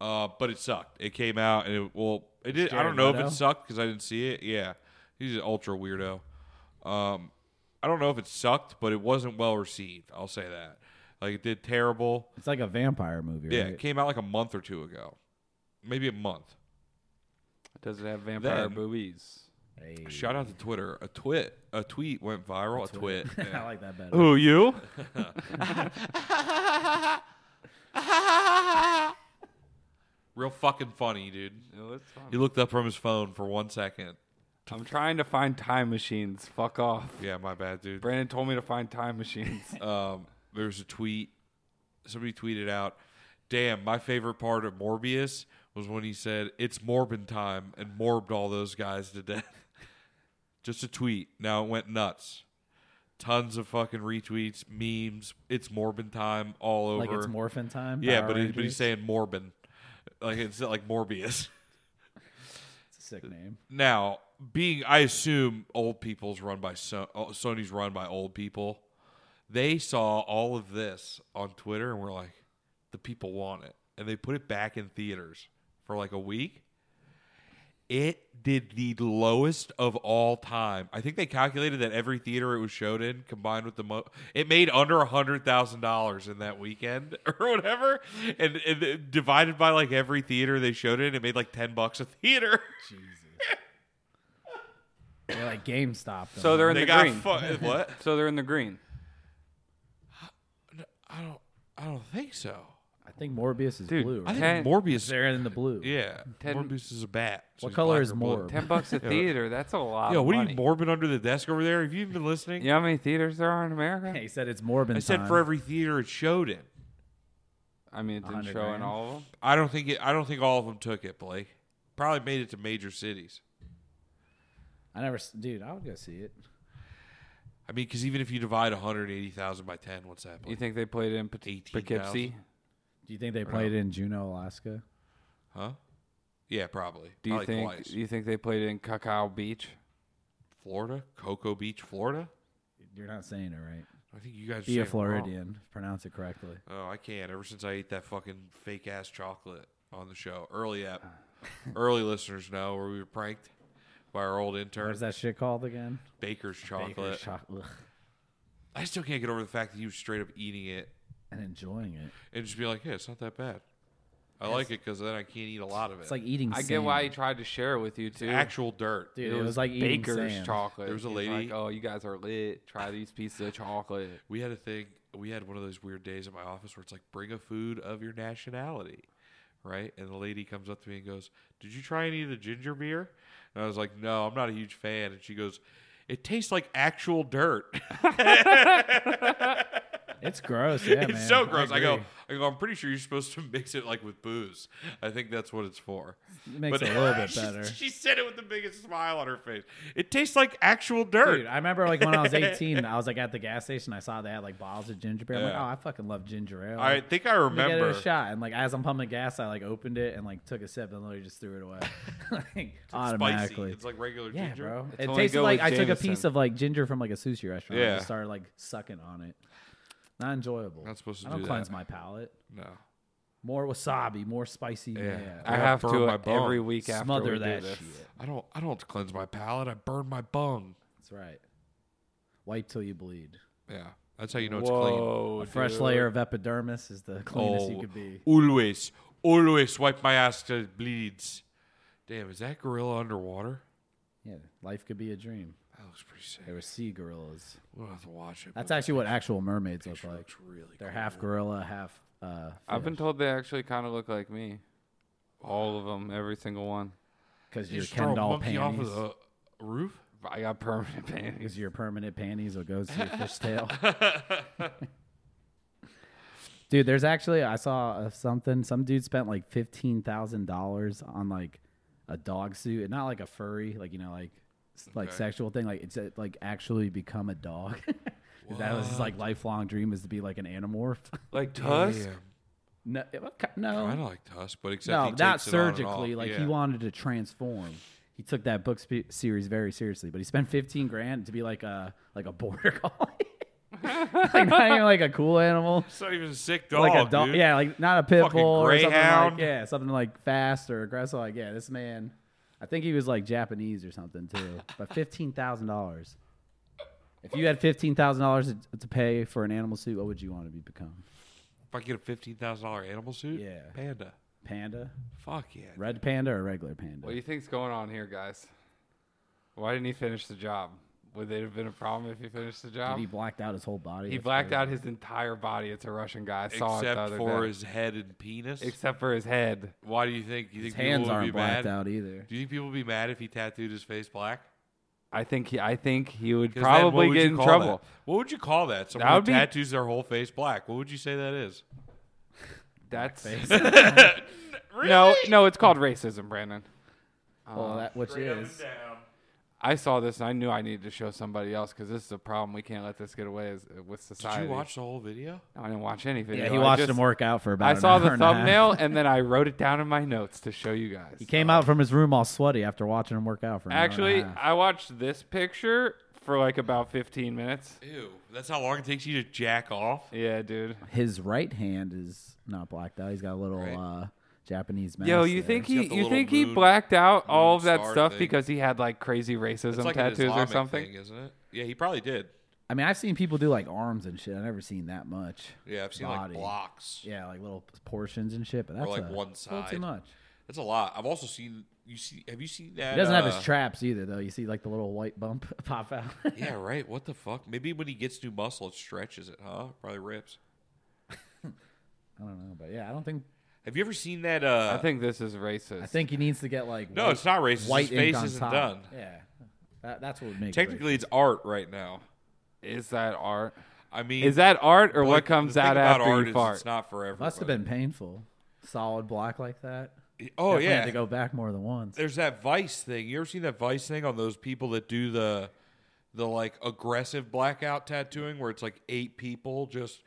S3: uh, but it sucked. It came out and it well, it did. I
S5: Jared
S3: don't know
S5: Leto?
S3: if it sucked because I didn't see it. Yeah, he's an ultra weirdo. Um, I I don't know if it sucked, but it wasn't well received. I'll say that. Like it did terrible.
S5: It's like a vampire movie.
S3: Yeah, it
S5: right?
S3: came out like a month or two ago, maybe a month.
S1: Does it have vampire
S3: Then-
S1: boobies?
S3: Shout out to Twitter. A twit, a tweet went viral. A twit.
S5: I like that better.
S1: Who you?
S3: Real fucking funny, dude. He looked up from his phone for one second.
S1: I'm trying to find time machines. Fuck off.
S3: Yeah, my bad, dude.
S1: Brandon told me to find time machines.
S3: um, there's a tweet. Somebody tweeted out, "Damn, my favorite part of Morbius was when he said it's Morbin time and morbed all those guys to death." Just a tweet. Now it went nuts. Tons of fucking retweets, memes. It's Morbin time all over.
S5: Like it's morphin time.
S3: yeah,
S5: Power
S3: but, he, but he's
S5: Rangers?
S3: saying Morbin, like it's like Morbius.
S5: it's a sick name.
S3: Now, being I assume old people's run by so- oh, Sony's run by old people. They saw all of this on Twitter and were like, "The people want it," and they put it back in theaters for like a week. It did the lowest of all time. I think they calculated that every theater it was showed in, combined with the mo, it made under a hundred thousand dollars in that weekend or whatever, and, and it- divided by like every theater they showed it, in, it made like ten bucks a theater.
S5: They're like GameStop. them.
S1: so they're in
S3: they
S1: the
S3: got
S1: green.
S3: fu- what?
S1: so they're in the green.
S3: I don't. I don't think so.
S5: I think Morbius is
S1: Dude,
S5: blue.
S3: I
S5: Right?
S3: think
S1: Ten-
S3: Morbius.
S5: They're in the blue.
S3: yeah,
S1: Ten-
S3: Morbius is a bat. so
S5: What
S3: he's
S5: color
S3: black
S5: is
S3: or blue.
S5: Morb?
S1: Ten bucks a theater. That's a lot.
S3: Yo,
S1: of
S3: what are
S1: money.
S3: you morbid under the desk over there? Have you even been listening?
S1: You know how many theaters there are in America?
S5: He said it's Morbin.
S3: I said
S5: time.
S3: for every theater it showed in.
S1: I mean, it didn't
S5: 100
S1: show in
S5: grand.
S1: all of them.
S3: I don't think it. I don't think all of them took it, Blake. Probably made it to major cities.
S5: I never, s- dude. I would go see it.
S3: I mean, because even if you divide one hundred eighty thousand by ten, what's that? Blake?
S1: You think they played in P-
S3: 18,000.
S1: Poughkeepsie?
S5: Do you think they played it in Juneau, Alaska?
S3: huh? Yeah, probably.
S1: Do you
S3: Probably
S1: think?
S3: twice.
S1: Do you think they played in Cacao Beach?
S3: Florida, Cocoa Beach, Florida?
S5: You're not saying it right.
S3: I think you guys are
S5: Be a
S3: saying it wrong.
S5: Floridian. Pronounce it correctly.
S3: Oh, I can't. Ever since I ate that fucking fake ass chocolate on the show, early app, early listeners know where we were pranked by our old intern,
S5: What's that shit called again?
S3: Baker's chocolate.
S5: Baker's chocolate. Ugh.
S3: I still can't get over the fact that he was straight up eating it
S5: And enjoying it.
S3: and just be like, "Yeah, it's not that bad. I like it because then I can't eat a lot of it."
S5: It's like eating.
S1: I get why he
S5: sand.
S1: tried to share it with you too.
S3: actual dirt.
S5: dude. It, was, like eating
S1: Baker's
S5: sand.
S1: chocolate.
S3: There was a
S1: He's
S3: lady-
S1: like, oh, you guys are lit. Try these pieces of chocolate.
S3: We had a thing. We had one of those weird days at my office where it's like, bring a food of your nationality, right? And the lady comes up to me and goes, "Did you try any of the ginger beer?" And I was like, "No, I'm not a huge fan." And she goes, "It tastes like actual dirt.
S5: It's gross. Yeah,
S3: it's
S5: man.
S3: so gross." I, go,
S5: agree.
S3: "I go, I'm pretty sure you're supposed to mix it like with booze. I think that's what it's for."
S5: It makes it a little bit
S3: she-
S5: better.
S3: She, said it with the biggest smile on her face. It tastes like actual dirt.
S5: Dude, I remember like when I was 18, I was like at the gas station. I saw they had like bottles of ginger beer. I'm
S3: Yeah.
S5: like, oh, I fucking love ginger ale.
S3: I, think I
S5: Let me get it
S3: remember.
S5: a shot. And like as I'm pumping gas, I like opened it and like took a sip and literally just threw it away, like
S3: Spicy.
S5: automatically.
S3: It's like regular
S5: yeah,
S3: ginger.
S5: bro.
S1: only
S5: it tasted
S1: good
S5: like
S1: with
S5: I took a
S1: Jameson.
S5: piece of like ginger from like a sushi restaurant. Yeah.
S3: Yeah.
S5: and just started like sucking on it. Not enjoyable.
S3: Not supposed to
S5: I don't
S3: do that.
S5: cleanse my palate.
S3: No.
S5: More wasabi, more spicy. Yeah.
S1: I,
S3: I
S1: have
S3: burned
S1: to
S3: my
S1: uh,
S3: bone.
S1: every week after
S5: Smother
S1: we
S5: that
S1: do this.
S5: shit.
S3: I don't I don't cleanse my palate. I burn my bung.
S5: That's right. Wipe till you bleed.
S3: Yeah. That's how you know it's
S1: Whoa,
S5: A fresh
S1: dude.
S5: layer of epidermis is the
S3: clean.
S5: cleanest
S1: Oh.
S5: you could be.
S3: Oh, Always, always wipe my ass till it bleeds. Damn, is that gorilla underwater?
S5: Yeah, life could be a dream.
S3: That looks pretty
S5: They
S3: sick.
S5: were sea gorillas.
S3: We'll have to watch it.
S5: That's
S3: but
S5: actually what actual mermaids look
S3: it
S5: like.
S3: looks really
S5: They're
S3: cool.
S5: half gorilla, half. Uh,
S1: I've been told they actually kind of look like me. All of them, every single one.
S5: because
S3: You
S5: your
S3: just throw
S5: Ken
S3: a
S5: doll
S3: monkey
S5: panties,
S3: off of the roof.
S1: I got permanent panties.
S5: because your permanent panties will go to your fish tail. Dude, there's actually I saw uh, something. Some dude spent like fifteen thousand dollars on like a dog suit, and not like a furry, like you know, like s- like sexual thing. Like it's uh, like actually become a dog. 'Cause that was his like lifelong dream is to be like an animorph.
S1: Like Tusk?
S3: Damn.
S5: no, it- what ki- no,
S3: Kind of like Tusk, but except
S5: no,
S3: he
S5: not
S3: takes it on and off.
S5: surgically. Like he
S3: Yeah.
S5: wanted to transform. He took that book spe- series very seriously, but he spent fifteen grand to be like a like a border collie, like not even like a cool animal,
S3: It's not even a sick dog,
S5: like a dog.
S3: dude.
S5: Yeah, like not a pit
S3: Fucking
S5: bull or something like
S3: greyhound.
S5: yeah, something like fast or aggressive. Like yeah, this man, I think he was like Japanese or something too, but fifteen thousand dollars. If you had fifteen thousand dollars to pay for an animal suit, what would you want to be become?
S3: If I get a fifteen thousand dollar animal suit,
S5: Yeah.
S3: panda.
S5: Panda,
S3: Fuck yeah.
S5: red panda, or regular panda?
S1: What do you think's going on here, guys? Why didn't he finish the job? Would it have been a problem if he finished the job?
S5: Dude, he blacked out his whole body.
S1: He
S5: That's
S1: blacked
S5: crazy.
S1: out his entire body. It's a Russian guy. I saw it the
S3: Except
S1: other
S3: for
S1: day.
S3: his head and penis.
S1: Except for his head.
S3: Why do you think you
S5: His
S3: think
S5: hands
S3: people would
S5: aren't
S3: be
S5: blacked
S3: mad?
S5: out either.
S3: Do you think people would be mad if he tattooed his face black?
S1: I think he. I think he would
S3: 'Cause then what
S1: probably
S3: would
S1: get
S3: you
S1: in
S3: call
S1: trouble.
S3: that? What would you call that? Someone
S1: That
S3: who
S1: would be-
S3: tattoos their whole face black. What would you say that is?
S1: That's no, no. It's called racism, Brandon.
S5: Well, that which is
S1: I saw this and I knew I needed to show somebody else because this is a problem. We can't let this get away as, with
S3: Did
S1: society.
S3: you watch the whole video?
S1: No, I didn't watch any video.
S5: yeah. He
S1: I
S5: watched
S1: just-
S5: him work out for about.
S1: I
S5: an
S1: saw
S5: hour
S1: the
S5: and a half.
S1: thumbnail and then I wrote it down in my notes to show you guys.
S5: He came out from his room all sweaty after watching him work out for. An hour and a
S1: Actually,
S5: half.
S1: I watched this picture for like about 15 minutes.
S3: Ew, that's how long it takes you to jack off.
S1: Yeah, dude.
S5: his right hand is not blacked out. He's got a little uh, Japanese mask.
S1: Yo, you
S5: there.
S1: think
S3: He's got
S1: he
S3: the
S1: you
S3: little
S1: think he
S3: moon-
S1: blacked out all
S3: moon
S1: of that
S3: star
S1: stuff
S3: thing.
S1: because he had like crazy racism
S3: It's like an
S1: tattoos or
S3: Islamic
S1: something?
S3: thing, isn't it? Yeah, he probably did.
S5: I mean, I've seen people do like arms and shit. I've never seen that much.
S3: Yeah, I've seen
S5: Body.
S3: like blocks.
S5: Yeah, like little portions and shit. But that's
S3: like,
S5: a-
S3: one
S5: it's a little
S3: side.
S5: too much.
S3: That's a lot. I've also seen you see. Have you seen that?
S5: He doesn't have
S3: uh,
S5: his traps either, though. You see like the little white bump pop out.
S3: Yeah, right. What the fuck? Maybe when he gets new muscle, it stretches it, huh? Probably rips.
S5: I don't know, but yeah, I don't think.
S3: Have you ever seen that? Uh,
S1: I think this is racist.
S5: I think he needs to get like
S3: no,
S5: white,
S3: it's not racist.
S5: white
S3: His face
S5: ink on
S3: isn't
S5: top.
S3: done.
S5: Yeah, that, that's what would make it
S3: Technically, it's art right now.
S1: is that art?
S3: I mean,
S1: Is that art or
S3: like,
S1: what
S3: the
S1: comes
S3: thing
S1: out
S3: about
S1: after
S3: art
S1: you
S3: is
S1: fart?
S3: It's not forever.
S5: racist. must have been painful. Solid block like that.
S3: Oh
S5: Definitely
S3: yeah.
S5: had to go back more than once.
S3: There's that Vice thing. You ever seen that Vice thing on those people that do the, the like aggressive blackout tattooing where it's like eight people just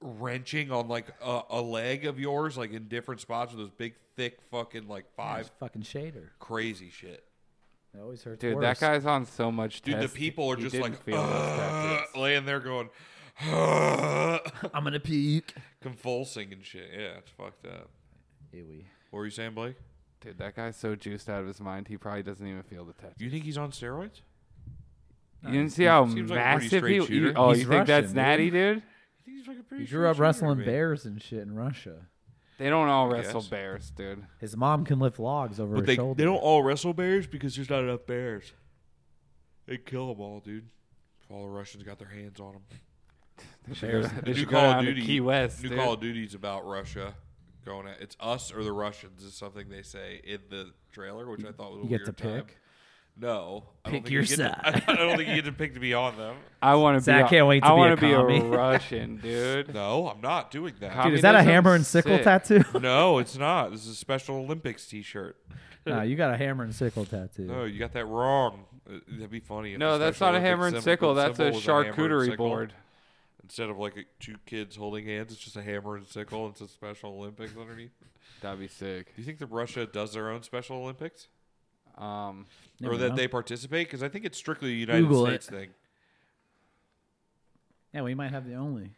S3: wrenching on like a, a leg of yours, like in different spots with those big, thick, fucking like
S5: It's
S3: five
S5: fucking shader.
S3: crazy shit.
S5: It always hurts.
S1: Dude, that
S5: worse.
S1: guy's on so much
S3: Dude,
S1: test-
S3: the people are
S1: he
S3: just
S1: didn't
S3: like
S1: feel those
S3: "Ugh,"
S1: tattoos.
S3: laying there going
S5: I'm gonna puke.
S3: convulsing and shit. Yeah, it's fucked up.
S5: Ewy.
S3: What were you saying, Blake?
S1: Dude, that guy's so juiced out of his mind, he probably doesn't even feel the tattoo.
S3: You think he's on steroids?
S1: You didn't see how
S3: seems like a pretty
S1: massive
S3: straight
S1: he? You,
S3: shooter.
S1: oh,
S5: He's
S1: you think that's
S5: Russian, dude.
S1: natty, dude?
S3: I think he's like a pretty.
S5: He grew up
S3: straight
S5: wrestling
S3: shooter, man.
S5: bears and shit in Russia.
S1: They don't all wrestle
S3: guess.
S1: bears, dude.
S5: His mom can lift logs over
S3: but
S5: her
S3: they
S5: shoulder.
S3: they don't all wrestle bears because there's not enough bears. They kill them all, dude. If all the Russians got their hands on them.
S1: They should go, they
S3: New
S1: should go
S3: Call
S1: down
S3: of
S1: to
S3: Duty.
S1: Key West,
S3: New
S1: dude.
S3: Call of Duty's about Russia going at it's us or the Russians is something they say in the trailer, which I thought was
S5: you
S3: a
S5: get
S3: weird
S5: to
S3: time.
S5: pick?
S3: No, I
S5: Pick
S3: don't think
S5: your
S3: you get to-
S5: side.
S3: I don't think you get to pick to be on them.
S1: I want to
S5: See,
S1: be.
S5: I
S1: a-
S5: can't wait to
S1: I
S5: be a
S1: wanna be a
S5: commie.
S1: Russian, dude.
S3: No, I'm not doing that.
S1: Com-
S5: Dude, is that a
S1: Communism's
S5: hammer and sickle
S1: sick.
S5: tattoo?
S3: no, it's not. This is a Special Olympics T-shirt.
S5: no, you got a hammer and sickle tattoo.
S3: No, you got that wrong. Uh, That'd be funny. if
S1: No,
S3: the
S1: that's
S3: Special
S1: not a hammer
S3: Olympics
S1: and sickle.
S3: symbol-
S1: That's a
S3: symbol was hammer and
S1: charcuterie
S3: sickle.
S1: board.
S3: Instead of like a, two kids holding hands, it's just a hammer and sickle. and It's a Special Olympics underneath.
S1: That'd be sick.
S3: Do you think that Russia does their own Special Olympics,
S1: Um,
S5: Never
S3: or that
S5: know.
S3: they participate? Because I think it's strictly a United
S5: Google
S3: States
S5: it.
S3: thing.
S5: Yeah, we might have the only.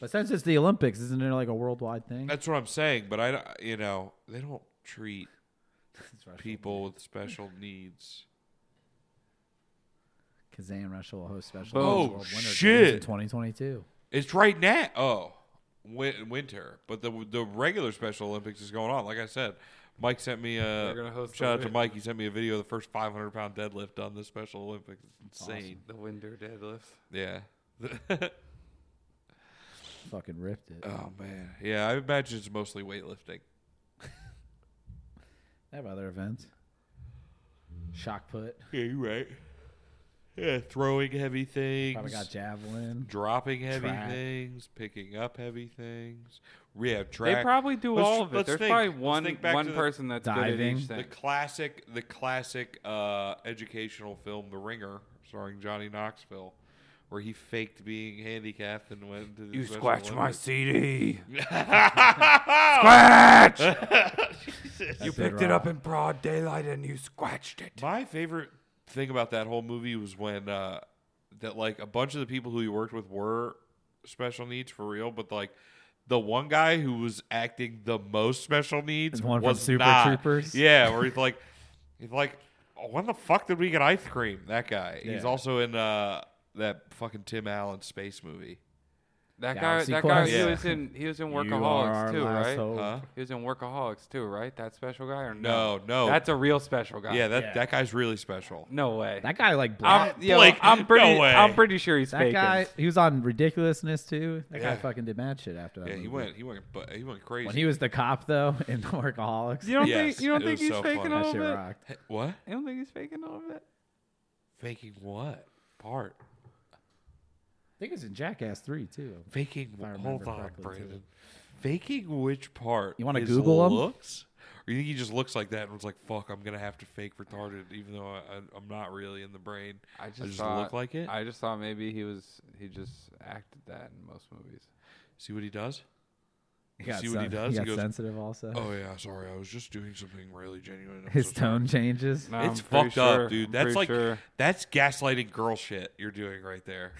S5: But since it's the Olympics, isn't it like a worldwide thing?
S3: That's what I'm saying. But I, don't- you know, they don't treat
S5: It's Russia.
S3: people with special needs.
S5: Kazan Russia will host special.
S1: Oh,
S5: Olympics World Winter Games
S3: shit.
S5: In 2022.
S3: It's right now. Oh, win- winter. But the the regular Special Olympics is going on. Like I said, Mike sent me a
S1: They're gonna host
S3: shout
S1: the
S3: out to
S1: win-
S3: Mike. He sent me a video of the first 500 pound deadlift on the Special Olympics. It's insane.
S1: the winter deadlifts.
S3: Yeah.
S5: Fucking ripped it.
S3: oh man. Yeah, I imagine it's mostly weightlifting.
S5: They have other events. Shock put.
S3: Yeah, you're right. Yeah, throwing heavy things.
S5: Probably got javelin.
S3: Dropping heavy
S5: Track.
S3: things, picking up heavy things. We have track.
S1: They probably do
S3: Let's-
S1: all of it.
S3: let's
S1: There's
S3: think.
S1: probably
S3: Let's
S1: one
S3: think back
S1: one
S3: to the-
S1: person that's good at
S5: Diving.
S1: each
S3: The
S1: thing.
S3: classic, the classic uh, educational film, The Ringer, starring Johnny Knoxville, where he faked being handicapped and went to the Special Olympics.
S1: CD. scratch. you picked it up in broad daylight and you scratched it.
S3: My favorite thing about that whole movie was when uh, that like a bunch of the people who he worked with were special needs for real, but like the one guy who was acting the most special needs
S5: The one from
S3: was
S5: Super
S3: not.
S5: Troopers?
S3: Yeah, where he's like, he's like, when the fuck did we get ice cream? That guy. He's
S5: Yeah.
S3: also in uh, that fucking Tim Allen space movie.
S1: That guy,
S5: Galaxy
S1: that guy, he
S3: Quest?
S1: was in he was in
S5: You are our
S1: Workaholics too,
S5: last
S1: right?
S5: hope.
S3: Huh?
S1: He was in Workaholics too, right? That special guy or no?
S3: No, no.
S1: That's a real special guy.
S3: yeah, that
S5: Yeah.
S3: that guy's really special.
S1: no way.
S5: That guy like black.
S1: I'm, yo,
S3: Blake,
S1: I'm
S3: no
S1: pretty.
S3: way.
S1: I'm pretty sure he's
S5: that
S1: faking.
S5: guy, he was on ridiculousness too. That
S3: Yeah.
S5: guy fucking did mad shit after that.
S3: Yeah, he
S5: movie.
S3: went, he went, but he went crazy.
S5: When he was the cop though in Workaholics.
S1: You don't
S3: Yes,
S1: think? You don't
S3: it
S1: think
S3: was
S1: he's
S3: so
S1: faking
S3: funny.
S1: a
S5: that
S1: little
S5: shit
S1: bit?
S5: rocked.
S3: Hey, what?
S1: You don't think he's faking a little bit?
S3: Faking what part?
S5: I think it was in Jackass Three too.
S3: Faking.
S5: I remember
S3: Hold on,
S5: correctly, too.
S3: Brandon. Faking which part?
S5: You wanna
S3: His
S5: Google 'em?
S3: looks? Or you think he just looks like that and was like, "Fuck, I'm gonna have to fake retarded, even though I, I, I'm not really in the brain.
S1: I just,
S3: look
S1: thought,
S3: like it."
S1: I just thought maybe he was. He just acted that in most movies.
S3: See what he does?
S5: He
S3: You
S5: got
S3: see what he
S5: sen-
S3: does? He
S5: He got
S3: goes,
S5: sensitive also.
S3: Oh yeah, sorry, I was just doing something really genuine. I'm
S5: His
S3: so sorry."
S5: tone changes.
S1: No,
S3: It's
S1: I'm pretty
S3: fucked
S1: sure-
S3: up, dude.
S1: I'm
S3: that's
S1: pretty
S3: like
S1: sure-
S3: that's gaslighting girl shit you're doing right there.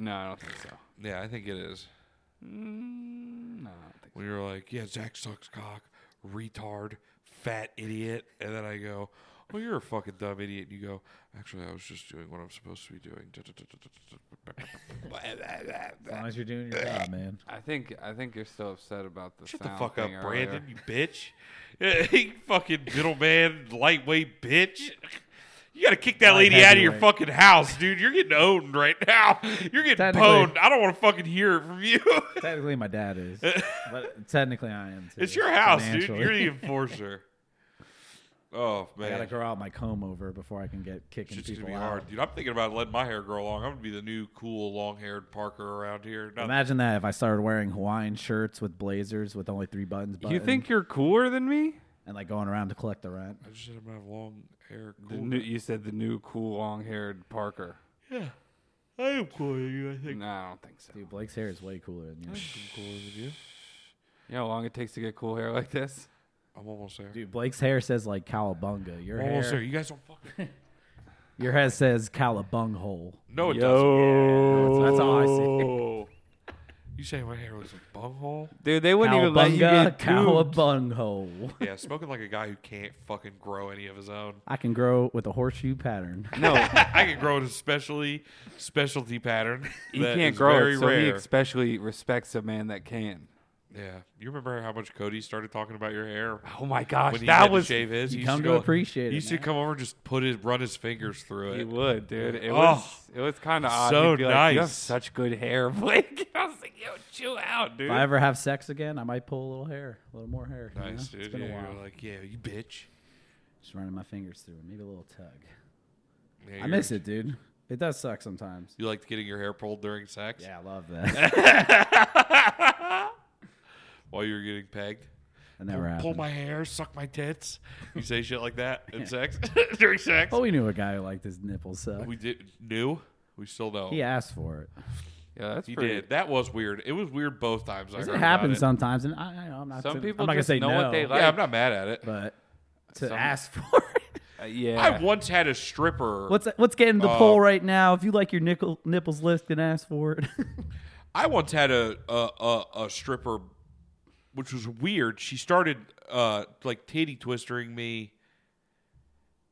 S1: No, I don't think so.
S3: Yeah, I think it is.
S1: Mm, no, I don't think.
S3: When you're like, yeah, Zach sucks cock, retard, fat idiot, and then I go, well, you're a fucking dumb idiot. And you go, actually, I was just doing what I'm supposed to be doing.
S5: As long as you're doing your job, man.
S1: So. I think. I think you're still upset about the.
S3: Shut the
S1: sound
S3: fuck up,
S1: thing earlier.
S3: Brandon, you bitch. you fucking middleman, lightweight bitch. You gotta kick that
S5: Light
S3: lady out of your
S5: heavyweight.
S3: fucking house, dude. You're getting owned right now. You're getting
S5: Technically.
S3: pwned. I don't want to fucking hear it from you.
S5: Technically, my dad is, but technically, I am. Too,
S3: it's your house, dude.
S5: financially.
S3: You're the enforcer. Oh
S5: I gotta
S3: man,
S5: grow out my comb over before I can get kicking
S3: shit's gonna
S5: people
S3: be
S5: out.
S3: hard, dude. I'm thinking about letting my hair grow long. I'm gonna be the new cool long-haired Parker around here. Not-
S5: Imagine that if I started wearing Hawaiian shirts with blazers with only three buttons. Button,
S1: You think you're cooler than me?
S5: And like going around to collect the rent.
S3: I just said I'm gonna have long hair.
S1: The
S3: Cool.
S1: new, you said the new cool long-haired Parker.
S3: I am cooler than you. I think.
S1: No, I don't think so.
S5: Dude, Blake's hair is way cooler than yours.
S3: I'm cooler than you.
S1: You know how long it takes to get cool hair like this?
S3: I'm almost there.
S5: Dude, Blake's hair says like Calabunga. Your
S3: almost there.
S5: hair,
S3: You guys don't fucking.
S5: your head says Calabunghole.
S3: No, it doesn't.
S1: Yo,
S5: That's all I see.
S3: You say my hair looks a bunghole?
S1: Dude, they wouldn't even let you
S5: Calabunga,
S1: get tubed.
S5: Calabunghole.
S3: Yeah, spoken like a guy who can't fucking grow any of his own.
S5: I can grow with a horseshoe pattern.
S1: No,
S3: I can grow it especially specialty pattern.
S1: he
S3: that
S1: can't
S3: is
S1: grow
S3: very
S1: it, so he
S3: rare.
S1: especially respects a man that can.
S3: yeah, you remember how much Cody started talking about your hair?
S1: Oh my gosh,
S3: When he had
S1: that
S3: to
S1: was
S3: shave his.
S5: You
S3: he used
S5: come
S3: to
S5: to
S3: go-
S5: appreciate
S3: He
S5: it,
S3: used to
S5: man.
S3: come over and just put his run his fingers through
S1: he
S3: it.
S1: would, dude. It
S3: Oh.
S1: was it was kind of odd.
S3: So
S1: He'd be like, you have
S3: nice.
S1: such good hair, Blake. I was like, yo, chill out, dude.
S5: If I ever have sex again, I might pull a little hair, a little more hair. you know?
S3: Nice,
S5: It's
S3: dude.
S5: been
S3: Yeah,
S5: a
S3: you
S5: while.
S3: were like, yeah, you bitch.
S5: Just running my fingers through, it, maybe a little tug.
S3: Yeah,
S5: I
S3: you're-
S5: miss it, dude. It does suck sometimes.
S3: You liked getting your hair pulled during sex?
S5: Yeah, I love that.
S3: While you were getting pegged?
S5: That never happened.
S3: Pull my hair, suck my tits. You say shit like that in sex during sex.
S5: Oh, we knew a guy who liked his nipples sucked.
S3: We did knew. We still know.
S5: he asked for it.
S1: yeah, that's
S3: he
S1: pretty.
S3: did. That was weird. It was weird both times. I
S5: Does
S3: heard
S5: It
S3: about
S5: happens
S3: it.
S5: sometimes, and I, I know I'm not.
S1: Some
S5: saying-
S1: people
S5: I'm not gonna
S1: just
S5: say
S1: know
S5: no,
S1: what they like.
S3: Yeah, I'm not mad at it.
S5: but to
S1: Some-
S5: ask for it.
S1: Uh, yeah,
S3: I once had a stripper.
S5: Let's let's get in the
S3: Uh,
S1: Oh.
S5: poll right now. If you like your nickel, nipples lift, and ask for it.
S3: I once had a a, a a stripper, which was weird. She started uh like titty twistering me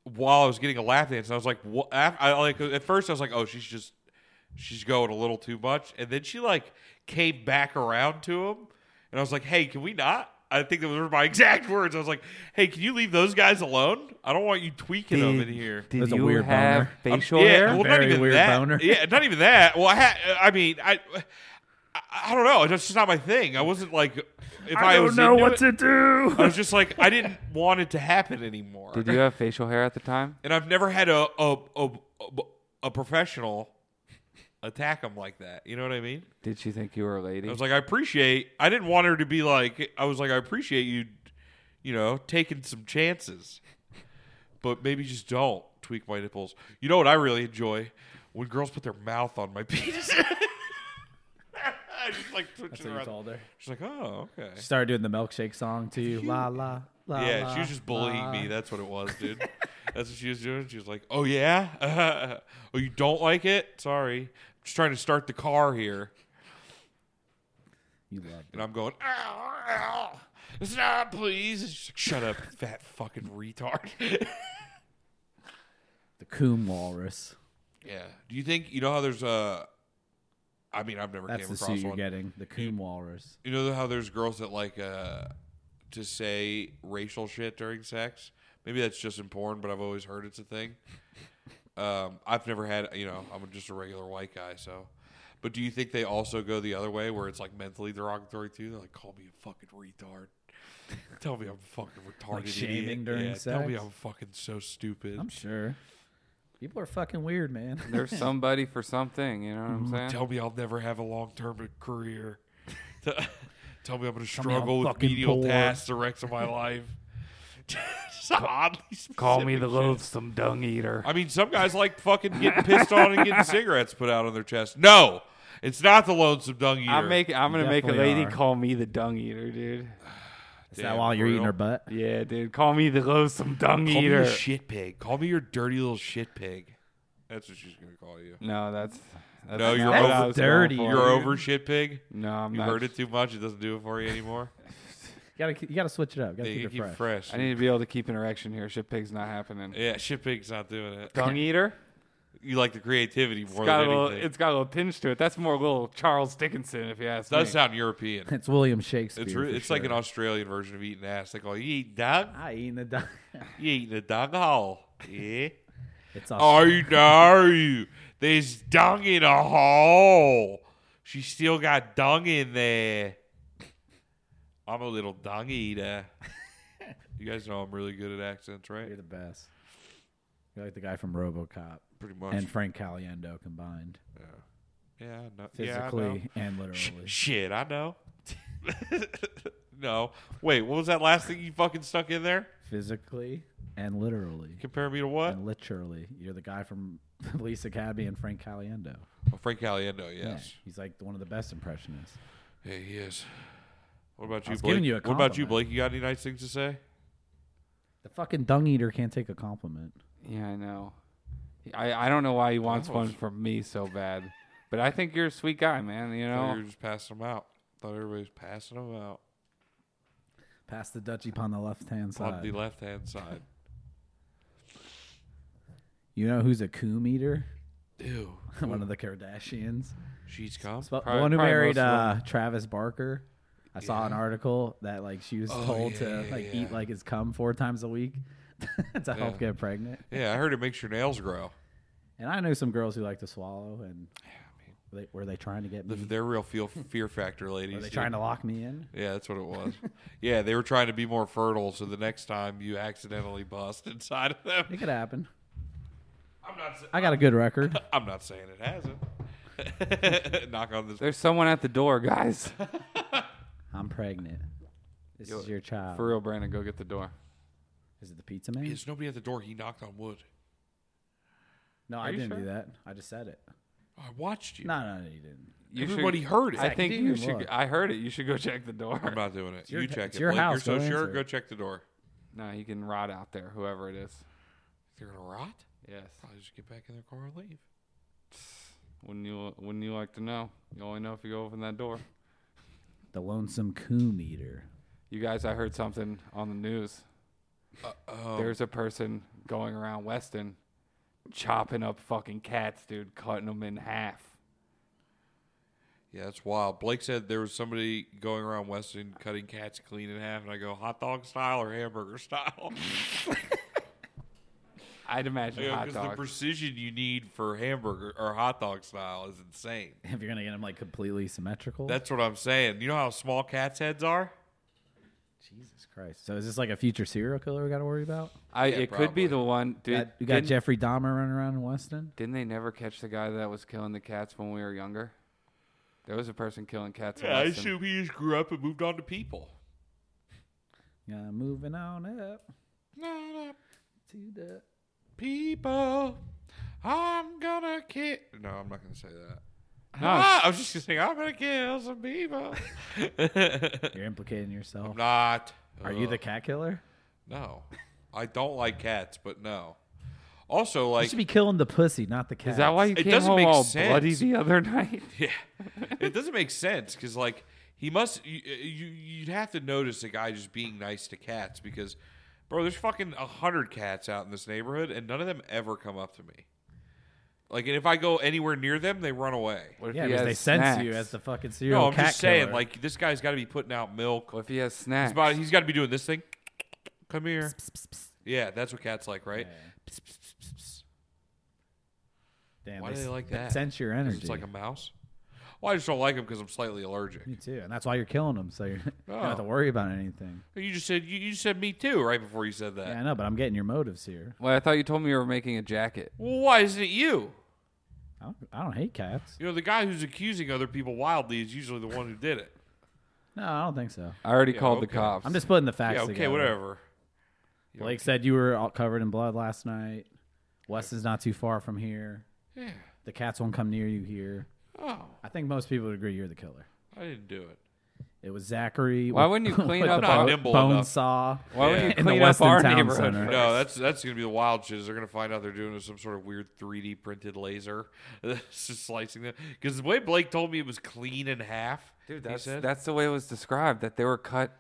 S3: while I was getting a lap dance. And I was like, what? af- I like at first I was like, oh, she's just she's going a little too much, and then she like came back around to him, and I was like, hey, can we not? I think those were my exact words. I was like, "Hey, can you leave those guys alone? I don't want you tweaking them in here."
S1: Did
S5: That's a
S1: you
S5: weird
S1: have
S5: boner.
S1: facial
S3: yeah,
S1: hair?
S3: Well, not
S5: Very
S3: even
S5: weird
S3: that.
S5: boner.
S3: Yeah, not even that. Well, I had. I mean, I. I, I don't know. That's just not my thing. I wasn't like. If I, was into it,
S5: do.
S3: I was just like I didn't want it to happen anymore.
S1: Did you have facial hair at the time?
S3: and I've never had a a a, a, a professional attack him like that. You know what I mean?
S1: Did she think you were a lady?
S3: I was like, I appreciate. I didn't want her to be like. I was like, I appreciate you. You know, taking some chances, but maybe just don't tweak my nipples. You know what I really enjoy when girls put their mouth on my penis. I just like
S5: That's
S3: twitch it
S5: what you
S3: around.
S5: told her.
S3: She's like, oh, okay.
S5: She started doing the milkshake song to you. La la la.
S3: Yeah,
S5: la,
S3: she was just bullying
S5: la.
S3: me. That's what it was, dude. That's what she was doing. She was like, "Oh yeah, oh you don't like it? Sorry, I'm just trying to start the car here."
S5: You love
S3: And I'm going, ow, ow, stop, please. And she's like, shut up, fat fucking retard.
S5: the coom walrus.
S3: Yeah. Do you think you know how there's uh I mean, I've never
S5: That's
S3: came
S5: the
S3: across
S5: suit you're
S3: one.
S5: getting, the coon walrus.
S3: You know how there's girls that like uh to say racial shit during sex. Maybe that's just in porn, but I've always heard it's a thing. Um, I've never had, you know, I'm just a regular white guy, so. But do you think they also go the other way, where it's like mentally derogatory too? They're like, "Call me a fucking retard. Tell me I'm fucking retarded. idiot.
S5: shaming during
S3: yeah, Tell me
S5: sex?
S3: I'm fucking so stupid.
S5: I'm sure. People are fucking weird, man.
S1: There's somebody for something, you know what
S3: Mm,
S1: I'm saying?
S3: Tell me I'll never have a long term career. Tell me I'm going
S5: me
S3: to
S5: I'm
S3: struggle with
S5: fucking
S3: medial
S5: poor.
S3: tasks the rest of my life. Some oddly
S1: Call me
S3: specific
S1: the
S3: shit.
S1: loathsome dung eater.
S3: I mean, some guys like fucking getting pissed on and getting cigarettes put out on their chest. No, it's not the lonesome dung eater.
S1: I'm making. I'm gonna make a
S5: definitely
S1: lady
S5: are.
S1: call me the dung eater, dude.
S5: Is that while you're eating her butt?
S1: Yeah, dude. Call me the loathsome dung
S3: Call me
S1: eater.
S3: a shit pig. Call me your dirty little shit pig. That's what she's gonna call you.
S1: no, that's, that's
S3: No,
S1: not
S3: you're
S1: what
S3: over-
S1: I was going
S5: dirty.
S1: for.
S3: You're over shit pig.
S1: No, I'm
S3: You
S1: not.
S3: heard it too much. It doesn't do it for you anymore.
S5: You gotta, keep- you gotta switch it up. You gotta
S3: Yeah, you
S5: keep it fresh.
S3: fresh.
S1: I need to be able to keep an erection here. Shit pig's not happening.
S3: Yeah, shit pig's not doing it.
S1: dung eater.
S3: You like the creativity more
S1: It's got
S3: than
S1: a little.
S3: anything.
S1: It's got a little tinge to it. That's more a little Charles Dickinson, if you ask
S3: it does
S1: me.
S3: sound European.
S5: It's William Shakespeare.
S3: It's re-
S5: for
S3: it's like an
S5: sure.
S3: Australian version of eating ass. They call you eating dog.
S5: I eating the dog.
S3: You eating a dog hole? Yeah. Oh,
S5: It's awesome.
S3: I know. There's dung in a hole. She still got dung in there. I'm a little dung eater. you guys know I'm really good at accents, right?
S5: You're the best. You're like the guy from RoboCop
S3: Pretty much.
S5: and Frank Caliendo combined,
S3: yeah, I know. Yeah, I know.
S5: physically and literally.
S3: Shit, I know. no. Wait, what was that last thing you fucking stuck in there?
S5: physically and literally.
S3: Compare me to what?
S5: And literally, you're the guy from Police Academy and Frank Caliendo.
S3: Oh, Frank Caliendo, yes.
S5: Yeah, he's like one of the best impressionists.
S3: Yeah. he is. What about
S5: I
S3: you,
S5: was
S3: Blake?
S5: giving you a
S3: what about you,
S5: compliment.
S3: Blake? You got any nice things to say?
S5: The fucking dung eater can't take a compliment.
S1: Yeah, I know. I, I don't know why he wants
S3: That
S1: one
S3: was-
S1: from me so bad, but I think you're a sweet guy, man. You
S3: Thought you
S1: know.
S3: were just passing them out. Thought everybody was passing them out
S5: Pass the Dutchie upon the left hand
S3: on the
S5: side.
S3: left hand side.
S5: You know who's a coom eater?
S3: Ew.
S5: one of the Kardashians.
S3: She's come.
S5: Sp-
S1: Probably-
S5: the one who
S1: probably
S5: married
S1: most of
S5: uh, Travis Barker. I saw an article that like she was told to
S3: yeah,
S5: like
S3: yeah.
S5: eat like his cum four times a week to help get pregnant.
S3: Yeah, I heard it makes your nails grow.
S5: And I know some girls who like to swallow. And they, were they trying to get
S3: The-
S5: me?
S3: They're real feel, fear factor
S5: Were
S3: ladies.
S5: Mm-hmm. they
S3: dude.
S5: trying to lock me in?
S3: Yeah, that's what it was. yeah, they were trying to be more fertile, so the next time you accidentally bust inside of them.
S5: It could happen.
S3: I'm not. sa-
S5: I got a good record.
S3: I'm not saying it hasn't. Knock on this.
S1: There's someone at the door, guys.
S5: I'm pregnant. This is your child.
S1: For real, Brandon, go get the door.
S5: is it the pizza man?
S3: There's nobody at the door. He knocked on wood.
S5: no, I
S1: you
S5: didn't
S1: sure?
S5: do that. I just said it.
S3: I watched you.
S5: No, no, no, you didn't.
S1: You
S3: Everybody heard it.
S1: I think
S5: Dude,
S1: you should.
S5: look.
S1: I heard it. You should go check the door.
S3: I'm not doing it.
S5: your-
S3: you check
S5: it's
S3: it.
S5: your
S3: Blake.
S5: house.
S3: You're so
S5: Go
S3: sure.
S5: answer
S3: Go
S5: it.
S3: check the door.
S1: No, he can rot out there, whoever it is.
S3: They're gonna rot.
S1: Yes.
S3: Probably just get back in their car and leave.
S1: Wouldn't you? Wouldn't you like to know? You only know if you go open that door.
S5: The lonesome coon eater.
S1: You guys, I heard something on the news.
S3: Oh, Um,
S1: There's a person going around Weston, chopping up fucking cats, dude, cutting them in half.
S3: Yeah, that's wild. Blake said there was somebody going around Weston cutting cats clean in half, and I go hot dog style or hamburger style.
S1: I'd imagine hot
S3: Because the
S1: dogs.
S3: precision you need for hamburger or hot dog style is insane.
S5: If you're gonna get him like completely symmetrical.
S3: That's what I'm saying. You know how small cats' heads are?
S5: Jesus Christ. So is this like a future serial killer we got to worry about?
S1: I,
S3: Yeah,
S1: it could be
S3: probably.
S1: the one, dude.
S5: You got, you got
S1: didn't,
S5: Jeffrey Dahmer running around in Weston.
S1: didn't they never catch the guy that was killing the cats when we were younger? There was a person killing cats. in
S3: Yeah, I
S1: Weston.
S3: assume he just grew up and moved on to people.
S5: Yeah, moving on up
S3: Not a
S5: to the.
S3: people. I'm gonna kill. No, I'm not gonna say that.
S1: No,
S3: Ah, I was just gonna say I'm gonna kill some people.
S5: You're implicating yourself.
S3: I'm not.
S5: Are you the
S3: Ugh.
S5: cat killer?
S3: No, I don't like cats, but no. Also, like
S5: you should be killing the pussy, not the cat.
S1: Is that why you
S3: It
S1: came
S3: doesn't
S1: home
S3: make
S1: all
S3: sense.
S1: bloody the other night?
S3: Yeah, it doesn't make sense because like he must you, you you'd have to notice a guy just being nice to cats because, bro, there's fucking a hundred cats out in this neighborhood and none of them ever come up to me. Like, and if I go anywhere near them, they run away.
S1: What if
S5: Yeah,
S1: he
S5: because
S1: has
S5: they sense you
S1: snacks?
S5: as the fucking serial
S3: No, I'm
S5: cat
S3: just saying,
S5: killer.
S3: like, this guy's got to be putting out milk.
S1: What if he has snacks?
S3: He's, about- he's got to be doing this thing. Come here. Yeah, that's what cats like, right?
S5: Damn,
S3: Why
S5: they
S3: do they
S5: s-
S3: like
S5: they
S3: that?
S5: Sense your
S3: 'Cause
S5: energy.
S3: It's like a mouse. Well, I just don't like them because I'm slightly allergic.
S5: Me too, and that's why you're killing them, so you're, you don't have to
S3: Oh.
S5: worry about anything.
S3: You just said you, you said me too right before you said that.
S5: Yeah, I know, but I'm getting your motives here.
S1: well, I thought you told me you were making a jacket.
S3: Well, why isn't it you?
S5: I don't, I don't hate cats.
S3: You know, the guy who's accusing other people wildly is usually the one who did it.
S5: No, I don't think so.
S1: I already
S3: Yeah,
S1: called the
S3: okay.
S1: cops.
S5: I'm just putting the facts
S3: yeah, okay,
S5: together.
S3: whatever.
S5: Blake said you were all covered in blood last night. Weston's not too far from here.
S3: Yeah.
S5: The cats won't come near you here.
S3: Oh,
S5: I think most people would agree you're the killer.
S3: I didn't do it.
S5: It was Zachary.
S1: Why
S5: with-
S1: wouldn't you clean
S5: with
S1: up
S5: the
S3: our-
S5: bo-
S3: Nimble
S5: bone
S3: enough.
S5: saw?
S1: Why
S3: Yeah.
S1: would you
S5: In the
S1: clean up
S5: Weston
S1: our
S5: Town
S1: neighborhood?
S5: Center.
S1: first?
S3: No, that's that's gonna be the wild shit. Is they're gonna find out they're doing some sort of weird 3D printed laser, that's just slicing them. Because the way Blake told me it was clean in half,
S1: Dude,
S3: he
S1: that's
S3: said.
S1: that's the way it was described. That they were cut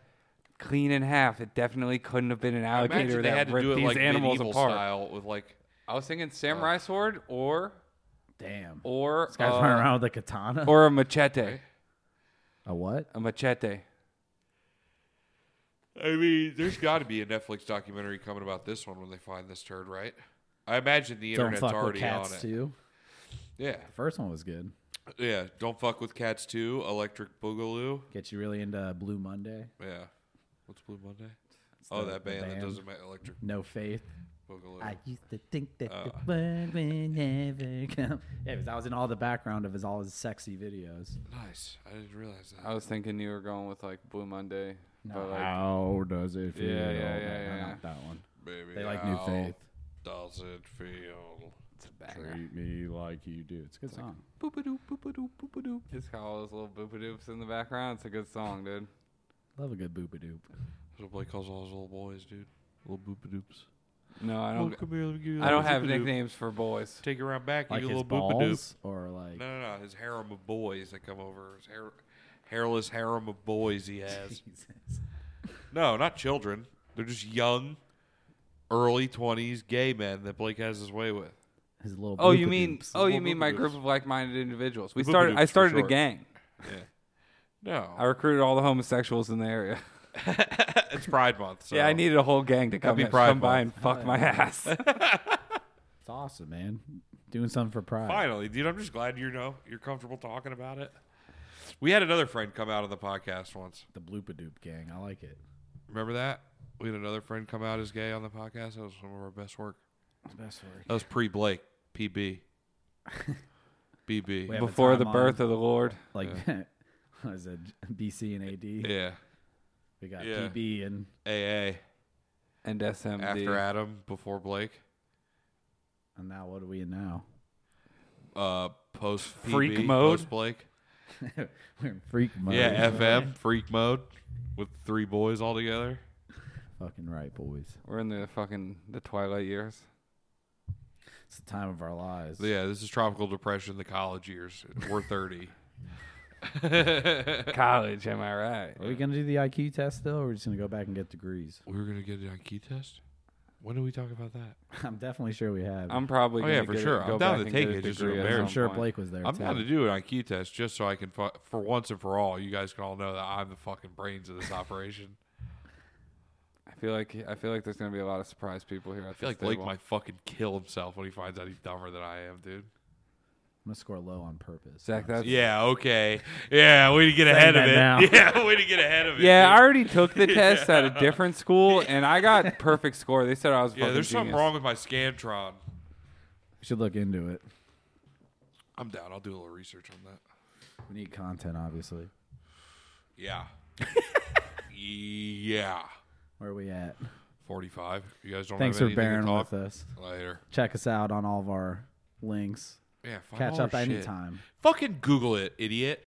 S1: clean in half. It definitely couldn't have been an
S3: I imagine
S1: alligator
S3: they
S1: that
S3: had to
S1: ripped
S3: do it
S1: these
S3: like
S1: animals
S3: medieval
S1: apart.
S3: style Oh. with like
S1: I was thinking samurai sword or
S5: Damn.
S1: or
S5: This guy's
S1: uh,
S5: running around with a katana.
S1: or a machete.
S5: a what?
S1: A machete.
S3: I mean, there's got to be a Netflix documentary coming about this one when they find this turd, right? I imagine the
S5: Don't
S3: internet's
S5: fuck with
S3: already
S5: cats
S3: on it.
S5: too.
S3: Yeah,
S5: The first one was good.
S3: yeah. Don't fuck with cats too. Electric Boogaloo.
S5: Get you really into Blue Monday.
S3: Yeah. What's Blue Monday?
S5: It's
S3: Oh,
S5: the-
S3: that
S5: the
S3: band, that doesn't matter. Electric
S5: No faith.
S3: Boogaloo.
S5: I used to think that
S3: Uh.
S5: the world would never come. Yeah, because I was in all the background of his all his sexy videos.
S3: nice. I didn't realize that.
S1: I was thinking you were going with like Blue Monday. But like,
S5: How does it feel?
S1: Yeah, yeah, yeah,
S5: No, no,
S1: yeah. Oh,
S5: not that one.
S3: Baby,
S5: They like New
S3: how
S5: Faith.
S3: Does it feel?
S1: it's a banger.
S5: me like you do. It's a good song.
S1: Boop-a-doop, boop-a-doop, boop-a-doop. It's got all those little boop-a-doops in the background. It's a good song, dude.
S5: Love a good boopa doop.
S3: That's what Blake calls all his little boys, dude. Little boopa doops.
S1: No, I
S3: Oh,
S1: don't.
S3: come here, let me give you
S1: I don't
S3: that
S1: have
S3: boopadoop.
S1: nicknames for boys.
S3: Take it around back,
S5: Like
S3: you
S5: his
S3: little boopa doop.
S5: balls or like
S3: No, no, no. His harem of boys that come over. His hair, hairless harem of boys he has.
S5: Jesus.
S3: no, not children. They're just young, early 20s gay men that Blake has his way with.
S5: his little.
S1: Oh, you mean
S5: boopa-doops.
S1: oh, you mean my group of like-minded individuals? We started. I started a
S3: short.
S1: gang.
S3: No.
S1: I recruited all the homosexuals in the area.
S3: it's Pride Month. So
S1: Yeah, I needed a whole gang to come,
S3: Happy
S1: in,
S3: Pride
S1: come by and
S3: Month.
S1: fuck my ass.
S5: It's awesome, man. Doing something for pride.
S3: Finally, dude, I'm just glad you know you're comfortable talking about it. We had another friend come out on the podcast once.
S5: The bloopa doop gang. I like it.
S3: Remember that? We had another friend come out as gay on the podcast. That was some of our best work.
S5: It's the best word.
S3: That was pre Blake, PB.
S5: Wait,
S3: BB.
S5: have a
S1: Before the
S5: timeline.
S1: birth of the Lord.
S5: Like, what is it? BC and AD.
S3: Yeah.
S5: We got
S3: Yeah.
S5: PB and
S3: AA.
S1: And SMD.
S3: After Adam, before Blake.
S5: and now what are we in now?
S3: Uh, post
S1: Freak
S3: PB,
S1: mode?
S3: Post Blake.
S5: We're in freak mode.
S3: Yeah, FM, freak mode, with three boys all together.
S5: Fucking right, boys.
S1: We're in the fucking the twilight years.
S5: It's the time of our lives.
S3: Yeah, this is tropical depression, the college years. We're 30.
S1: College, am I right?
S5: Are we gonna do the IQ test still, or are we just gonna go back and get degrees?
S3: we were going to get an IQ test? When did we talk about that?
S5: I'm definitely sure we have.
S1: I'm probably
S3: Oh,
S1: gonna
S3: yeah, for
S1: get it-
S3: sure.
S1: go
S3: I'm down
S1: back
S3: to
S1: and
S3: take
S1: get a
S3: it, just
S1: degree at
S3: embarrassed.
S1: some
S5: I'm sure
S1: point.
S5: Blake was there.
S3: I'm
S5: too.
S3: down to do an IQ test just so I can, fu- for once and for all, you guys can all know that I'm the fucking brains of this operation.
S1: I feel like I feel like there's gonna be a lot of surprise people here.
S3: I feel like Blake might fucking kill himself when he finds out he's dumber than I am, dude.
S5: I'm gonna score low on purpose.
S1: Zach. That's
S3: Yeah, okay. Yeah, way to get ahead of
S5: that
S3: it.
S5: now.
S3: Yeah, way to get ahead of it.
S1: yeah.
S3: dude.
S1: I already took the test at a different school and I got perfect score. They said I was
S3: Yeah,
S1: fucking
S3: there's something
S1: genius.
S3: wrong with my Scantron.
S5: We should look into it.
S3: I'm down. I'll do a little research on that.
S5: We need content, obviously.
S3: Yeah. yeah.
S5: Where are we at?
S3: 45. You guys don't
S5: Thanks
S3: have
S5: for
S3: anything
S5: bearing
S3: to talk
S5: with us.
S3: later.
S5: Check us out on all of our links.
S3: Yeah, find
S5: Catch
S3: all
S5: up
S3: our shit.
S5: anytime.
S3: Fucking Google it, idiot.